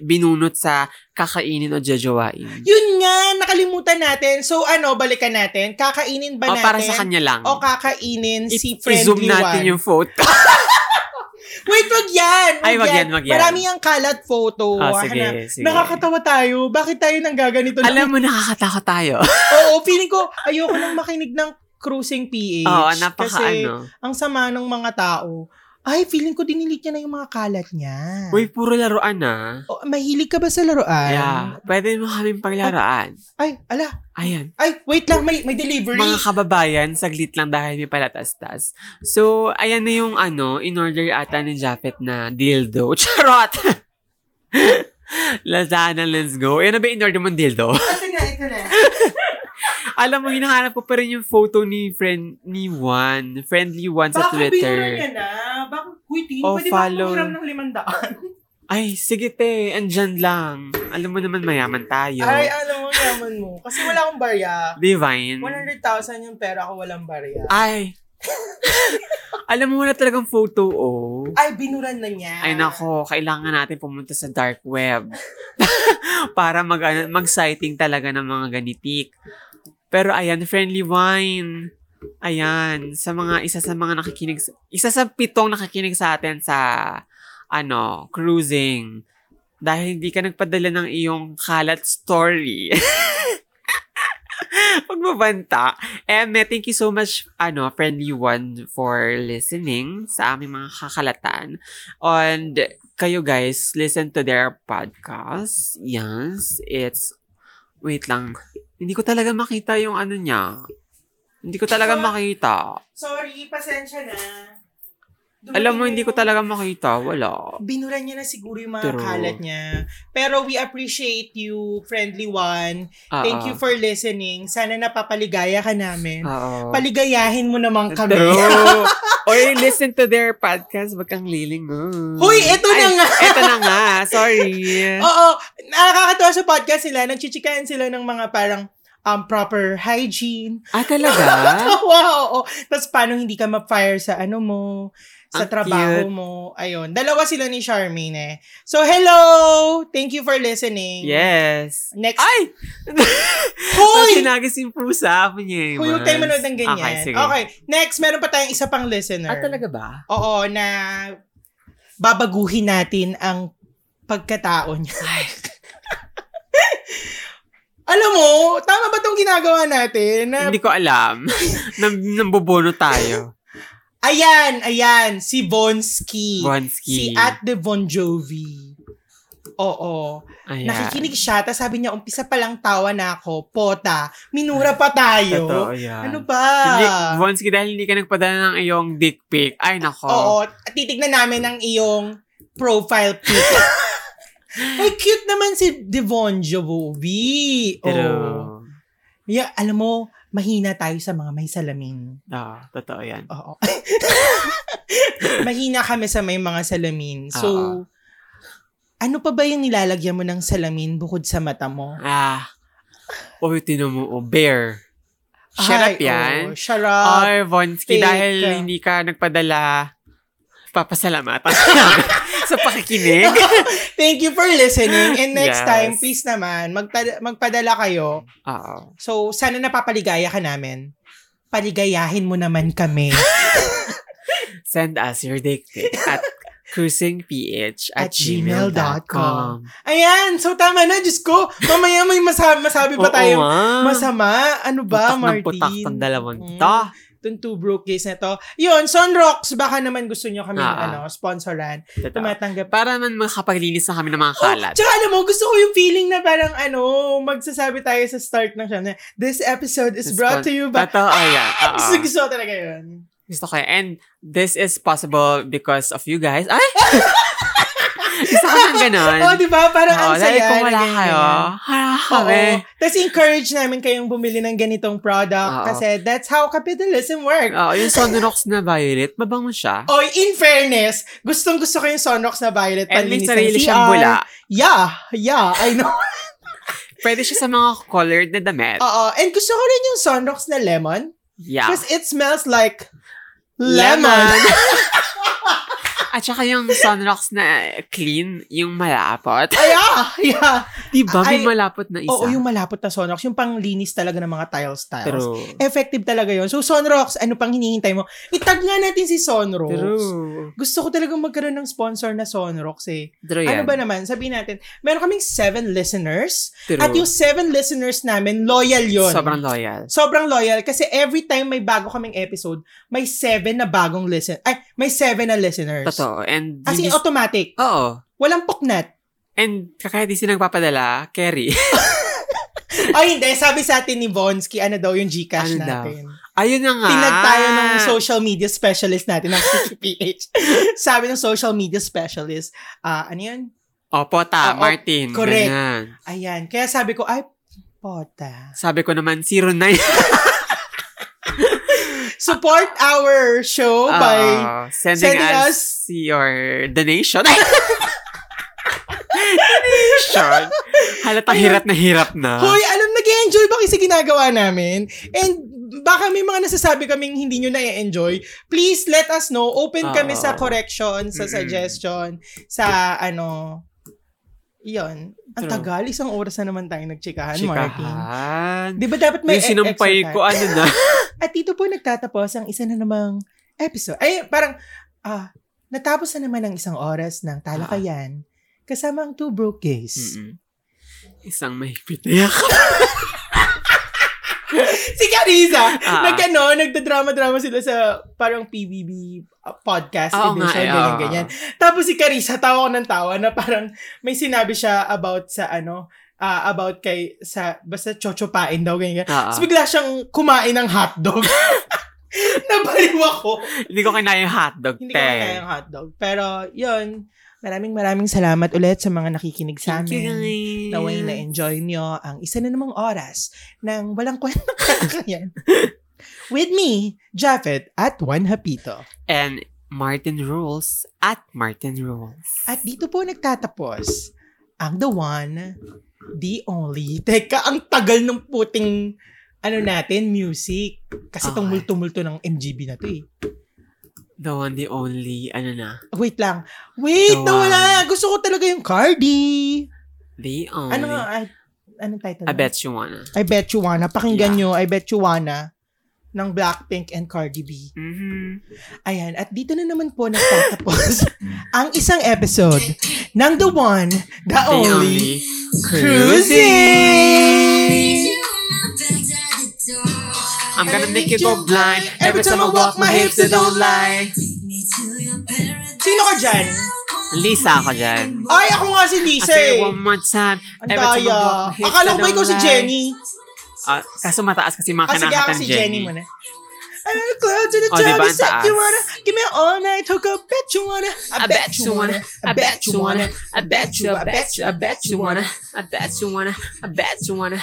binunot sa kakainin o jajawain?
Yun nga, nakalimutan natin. So ano, balikan natin. Kakainin ba
O
natin?
Oh, para sa kanya lang.
O kakainin
I-
si
I-zoom
Friendly
natin
Juan.
yung photo.
Wait, wag yan!
Ay, wag yan, wag yan.
Marami ang kalat photo.
Ah,
Ah,
sige,
na-
sige.
Nakakatawa tayo. Bakit tayo nang gaganito?
Alam mo, nakakatakot tayo.
Oo, feeling ko, ayoko nang makinig ng cruising PH.
Oo, napaka
kasi
ano.
ang sama ng mga tao. Ay, feeling ko dinilit niya na yung mga kalat niya.
Uy, puro laruan ah.
O, mahilig ka ba sa laruan?
Yeah. Pwede mo kaming paglaraan.
Ay, ala.
Ayan.
Ay, wait lang, may, may delivery.
Mga kababayan, saglit lang dahil may palatastas. So, ayan na yung ano, in-order ata ni Japet na dildo. Charot! Lazana, let's go. Ayan na ba in-order mo dildo?
Ito na, ito na.
Alam mo, hinahanap ko pa rin yung photo ni friend ni Juan. Friendly Juan sa
Baka binura
Twitter.
niya na. ah. Baka, huy, tingin,
Oh,
pwede
follow.
ba ako ng limandaan?
Ay, sige te, andyan lang. Alam mo naman, mayaman tayo.
Ay, alam mo, yaman mo. Kasi wala akong barya.
Divine.
100,000 yung pera ko, walang barya.
Ay. Alam mo, wala talagang photo, oh.
Ay, binuran na niya.
Ay nako, kailangan natin pumunta sa dark web para mag ano, mag-sighting talaga ng mga ganitik. Pero ayan, friendly wine. Ayan, sa mga isa sa mga nakikinig sa- isa sa pitong nakikinig sa atin sa ano, cruising. Dahil hindi ka nagpadala ng iyong kalat story. Pagbabanta. Eme, thank you so much, ano, friendly one, for listening sa aming mga kakalatan. And kayo guys, listen to their podcast. Yes, it's... Wait lang. Hindi ko talaga makita yung ano niya. Hindi ko talaga
Sure.
makita.
Sorry, pasensya na. Dumating
Alam mo,
na
hindi ko
yung-
talaga makita. Wala.
Binuran niya na siguro yung mga
True.
kalat niya. Pero we appreciate you, friendly one.
Ah,
Thank
ah.
you for listening. Sana napapaligaya ka namin.
Oo.
Paligayahin mo naman kami.
True. Oy, listen to their podcast. Wag kang liling. oh.
Hoy, eto na
Ay,
nga.
Eto na nga. Sorry.
Oo, nakakatuwa sa podcast sila. Nagchichikahan sila ng mga parang um, proper hygiene.
Ah, talaga?
wow, oo. Tapos paano hindi ka ma-fire sa ano mo, sa
Ang
trabaho
cute.
mo. Ayun, dalawa sila ni Charmaine eh. So, hello! Thank you for listening.
yes.
Next.
Ay! Hoy!
Hoy!
Sinagis yung pusa. Punyay.
Kung yung tayo manood ng ganyan.
Okay,
Okay,
sige.
next, meron pa tayong isa pang listener.
Ah, talaga ba?
Oo, na babaguhin natin ang pagkatao niya. Alam mo, tama ba tong ginagawa natin? Na,
Hindi ko alam. Nam- nambubono tayo.
ayan, ayan, si Bonsky.
Bonsky.
Si at the Bon Jovi. Oo.
Ayan.
Nakikinig siya, tapos sabi niya, umpisa palang tawa na ako, pota, minura pa tayo.
Totoo yan.
Ano ba?
Hindi, Bonsky, dahil hindi ka nagpadala ng iyong dick pic. Ay, nako.
Oo. At titignan namin ang iyong profile pic. Ay, cute naman si Devon Jovi.
Pero,
Oo. Yeah, alam mo, mahina tayo sa mga may salamin.
ah, totoo yan.
Oo. mahina kami sa may mga salamin. So,
Oo.
ano pa ba yung nilalagyan mo ng salamin bukod sa mata mo?
Ah. Uy, tinan mo, oh, bear. Shut
Ay, oh,
up yan.
oo, shut up.
Or, Bonsky,
Ah, fake.
dahil hindi ka nagpadala, papasalamat sa pakikinig.
Thank you for listening. And next
Yes.
time, please naman, magpada- magpadala kayo
Oo.
So, sana napapaligaya ka namin. Paligayahin mo naman kami.
Send us your dick pic at cruisingph at,
At gmail dot
gmail.com.
com. Ayan, so tama na, Diyos ko. Mamaya may masa- masabi pa tayo.
masama
Masama? Ano ba, Martin?
Putak ng dalawang
Mm.
to.
Itong two broke case na to. Yun, Sunrocks, baka naman gusto nyo kami
Ah, ah.
ano, sponsoran.
Totoo.
Tumatanggap.
Para man makapaglinis na kami ng mga
Oh,
kalat.
tsaka alam mo, gusto ko yung feeling na parang ano, magsasabi tayo sa start ng show na, this episode is
This Ah.
brought
one-
to you by...
Totoo yan. Oo.
Gusto, gusto ko talaga yun.
Gusto ko yan. And this is possible because of you guys. Ay! Gusto ko ng ganun.
Oh, di ba? Parang
Oo,
ang
dahil
saya.
kung wala
na
kayo,
ganyan.
hala
Oo.
kami.
Tapos encourage namin kayong bumili ng ganitong product
Oo.
kasi that's how capitalism works.
Oo, yung Sonorox na violet, mabango siya.
Oy, in fairness, gustong gusto ko yung Sonrox na violet
And may
panlinis ng
sarili
CR.
siyang bula.
Yeah, yeah, I know.
Pwede siya sa mga colored na damit.
Oo. And gusto ko rin yung sunrocks na lemon.
yeah.
Because it smells like lemon.
At saka yung sunrocks na clean, yung malapot.
Ay, ah, yeah.
Di ba?
Ay,
May malapot na isa.
Oo, yung malapot na sunrocks. Yung panglinis talaga ng mga tiles tiles.
True.
Effective talaga yon So, sunrocks, ano pang hinihintay mo? Itag nga natin si sunrocks.
True.
Gusto ko talaga magkaroon ng sponsor na sunrocks eh.
True
Ano
yan.
ba naman? Sabihin natin, meron kaming seven listeners.
True.
At yung seven listeners namin, loyal yon
Sobrang loyal.
Sobrang loyal kasi every time may bago kaming episode, may seven na bagong listen. Ay, may seven na listeners.
Totoo. And,
As in, oh.
hindi-
automatic.
oo.
Walang poknat.
And kahit di sila nagpapadala, carry.
Ay, hindi. Sabi sa atin ni Vonsky, ano daw yung Gcash
Ano daw? Ah.
natin.
Ayun na nga.
Tinag tayo ng social media specialist natin, ng CCPH. Sabi ng social media specialist, ah, ano yun?
Opo, ta,
Ah, op-
Martin.
correct.
ganyan.
Ayan. Kaya sabi ko, ay, pota.
Sabi ko naman, 09.
Support our show Oh, by...
Ah, sending,
sending
us, your donation. donation. Halata
Ayun.
hirap na hirap na.
Hoy, alam, nag enjoy ba kayo sa ginagawa namin? And baka may mga nasasabi kaming hindi nyo na-enjoy. Please let us know. Open kami
Oo.
sa correction, sa
Ah. Mm-mm.
suggestion, sa ano... Yun. Ang
True.
tagal. Isang oras na naman tayong nagchikahan, Martin.
Chikahan.
Di ba dapat may e-
Yung sinampay
extra time?
ko, ano na.
At dito po nagtatapos ang isa na namang episode. Ay, parang, ah, natapos na naman ang isang oras
Ah.
ng talakayan kasama ang two broke gays.
Mm-mm. Isang mahigpit na yakap.
Si Carissa,
Ah.
nagkano, nagdadrama-drama sila sa parang PBB podcast
Oo nga
edition,
eh,
ganyan,
oo.
ganyan. Tapos si Carissa, tawa ko ng tawa na parang may sinabi siya about sa ano, ah, about kay, sa, basta chochopain daw, ganyan. ganyan.
Oo.
Tapos bigla siyang kumain ng hotdog. Nabaliw ako.
Hindi ko kinaya yung hotdog,
Hindi ko
te.
kaya yung hotdog. Pero, yun. Maraming maraming salamat ulit sa mga nakikinig sa
Thank
amin.
you, guys.
Naway na enjoy nyo ang isa na namang oras ng walang kwentang kakayan. With me, Jafet at Juan Hapito.
And Martin Rules at Martin Rules.
At dito po nagtatapos ang the one, the only. Teka, ang tagal ng puting ano natin, music. Kasi
Okay.
tumul-tumulto ng MGB na to eh.
The one, the only, ano na.
Wait lang. Wait,
The
nawala. Gusto ko talaga yung Cardi.
The only.
Ano nga, ay, anong title?
I
nun?
bet you wanna.
I bet you wanna. Pakinggan nyo,
Yeah.
I bet you wanna ng Blackpink and Cardi B.
Mhm.
Ayan, at dito na naman po nagtatapos ang isang episode ng The One, The,
The
Only,
only.
Cruising!
I'm gonna make you go blind every time I walk my hips they don't lie.
Sino ka dyan?
Lisa ako dyan.
Ay, ako nga si
I
Lisa
say
eh.
it one more time.
Ang
Every time I
daya.
walk my hips
Akala ko
they
ba ikaw
don't
si
lie.
Jenny?
Ah, kaso mataas kasi mga
Ah, sige ako
kanakatan
si
Jenny.
Jenny muna. I'm close to the
Oh, di
top,
ba?
you
Ang
said you
taas.
wanna Give me all night, hook up, bet you wanna
I bet you wanna, I bet you wanna, I bet you, I bet you, I bet you wanna, I bet you wanna, I bet you wanna.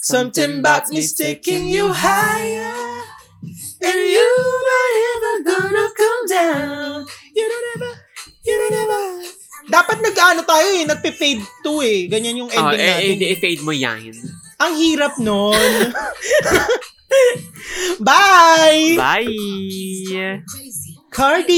Something about me taking you higher. And you are never gonna come down. You don't ever, you don't ever. Dapat nag-ano tayo eh, nagpe-fade to eh. Ganyan yung
Oh,
ending
eh, eh,
natin.
di- i-fade mo yan.
Ang hirap nun. Bye!
Bye!
Cardi!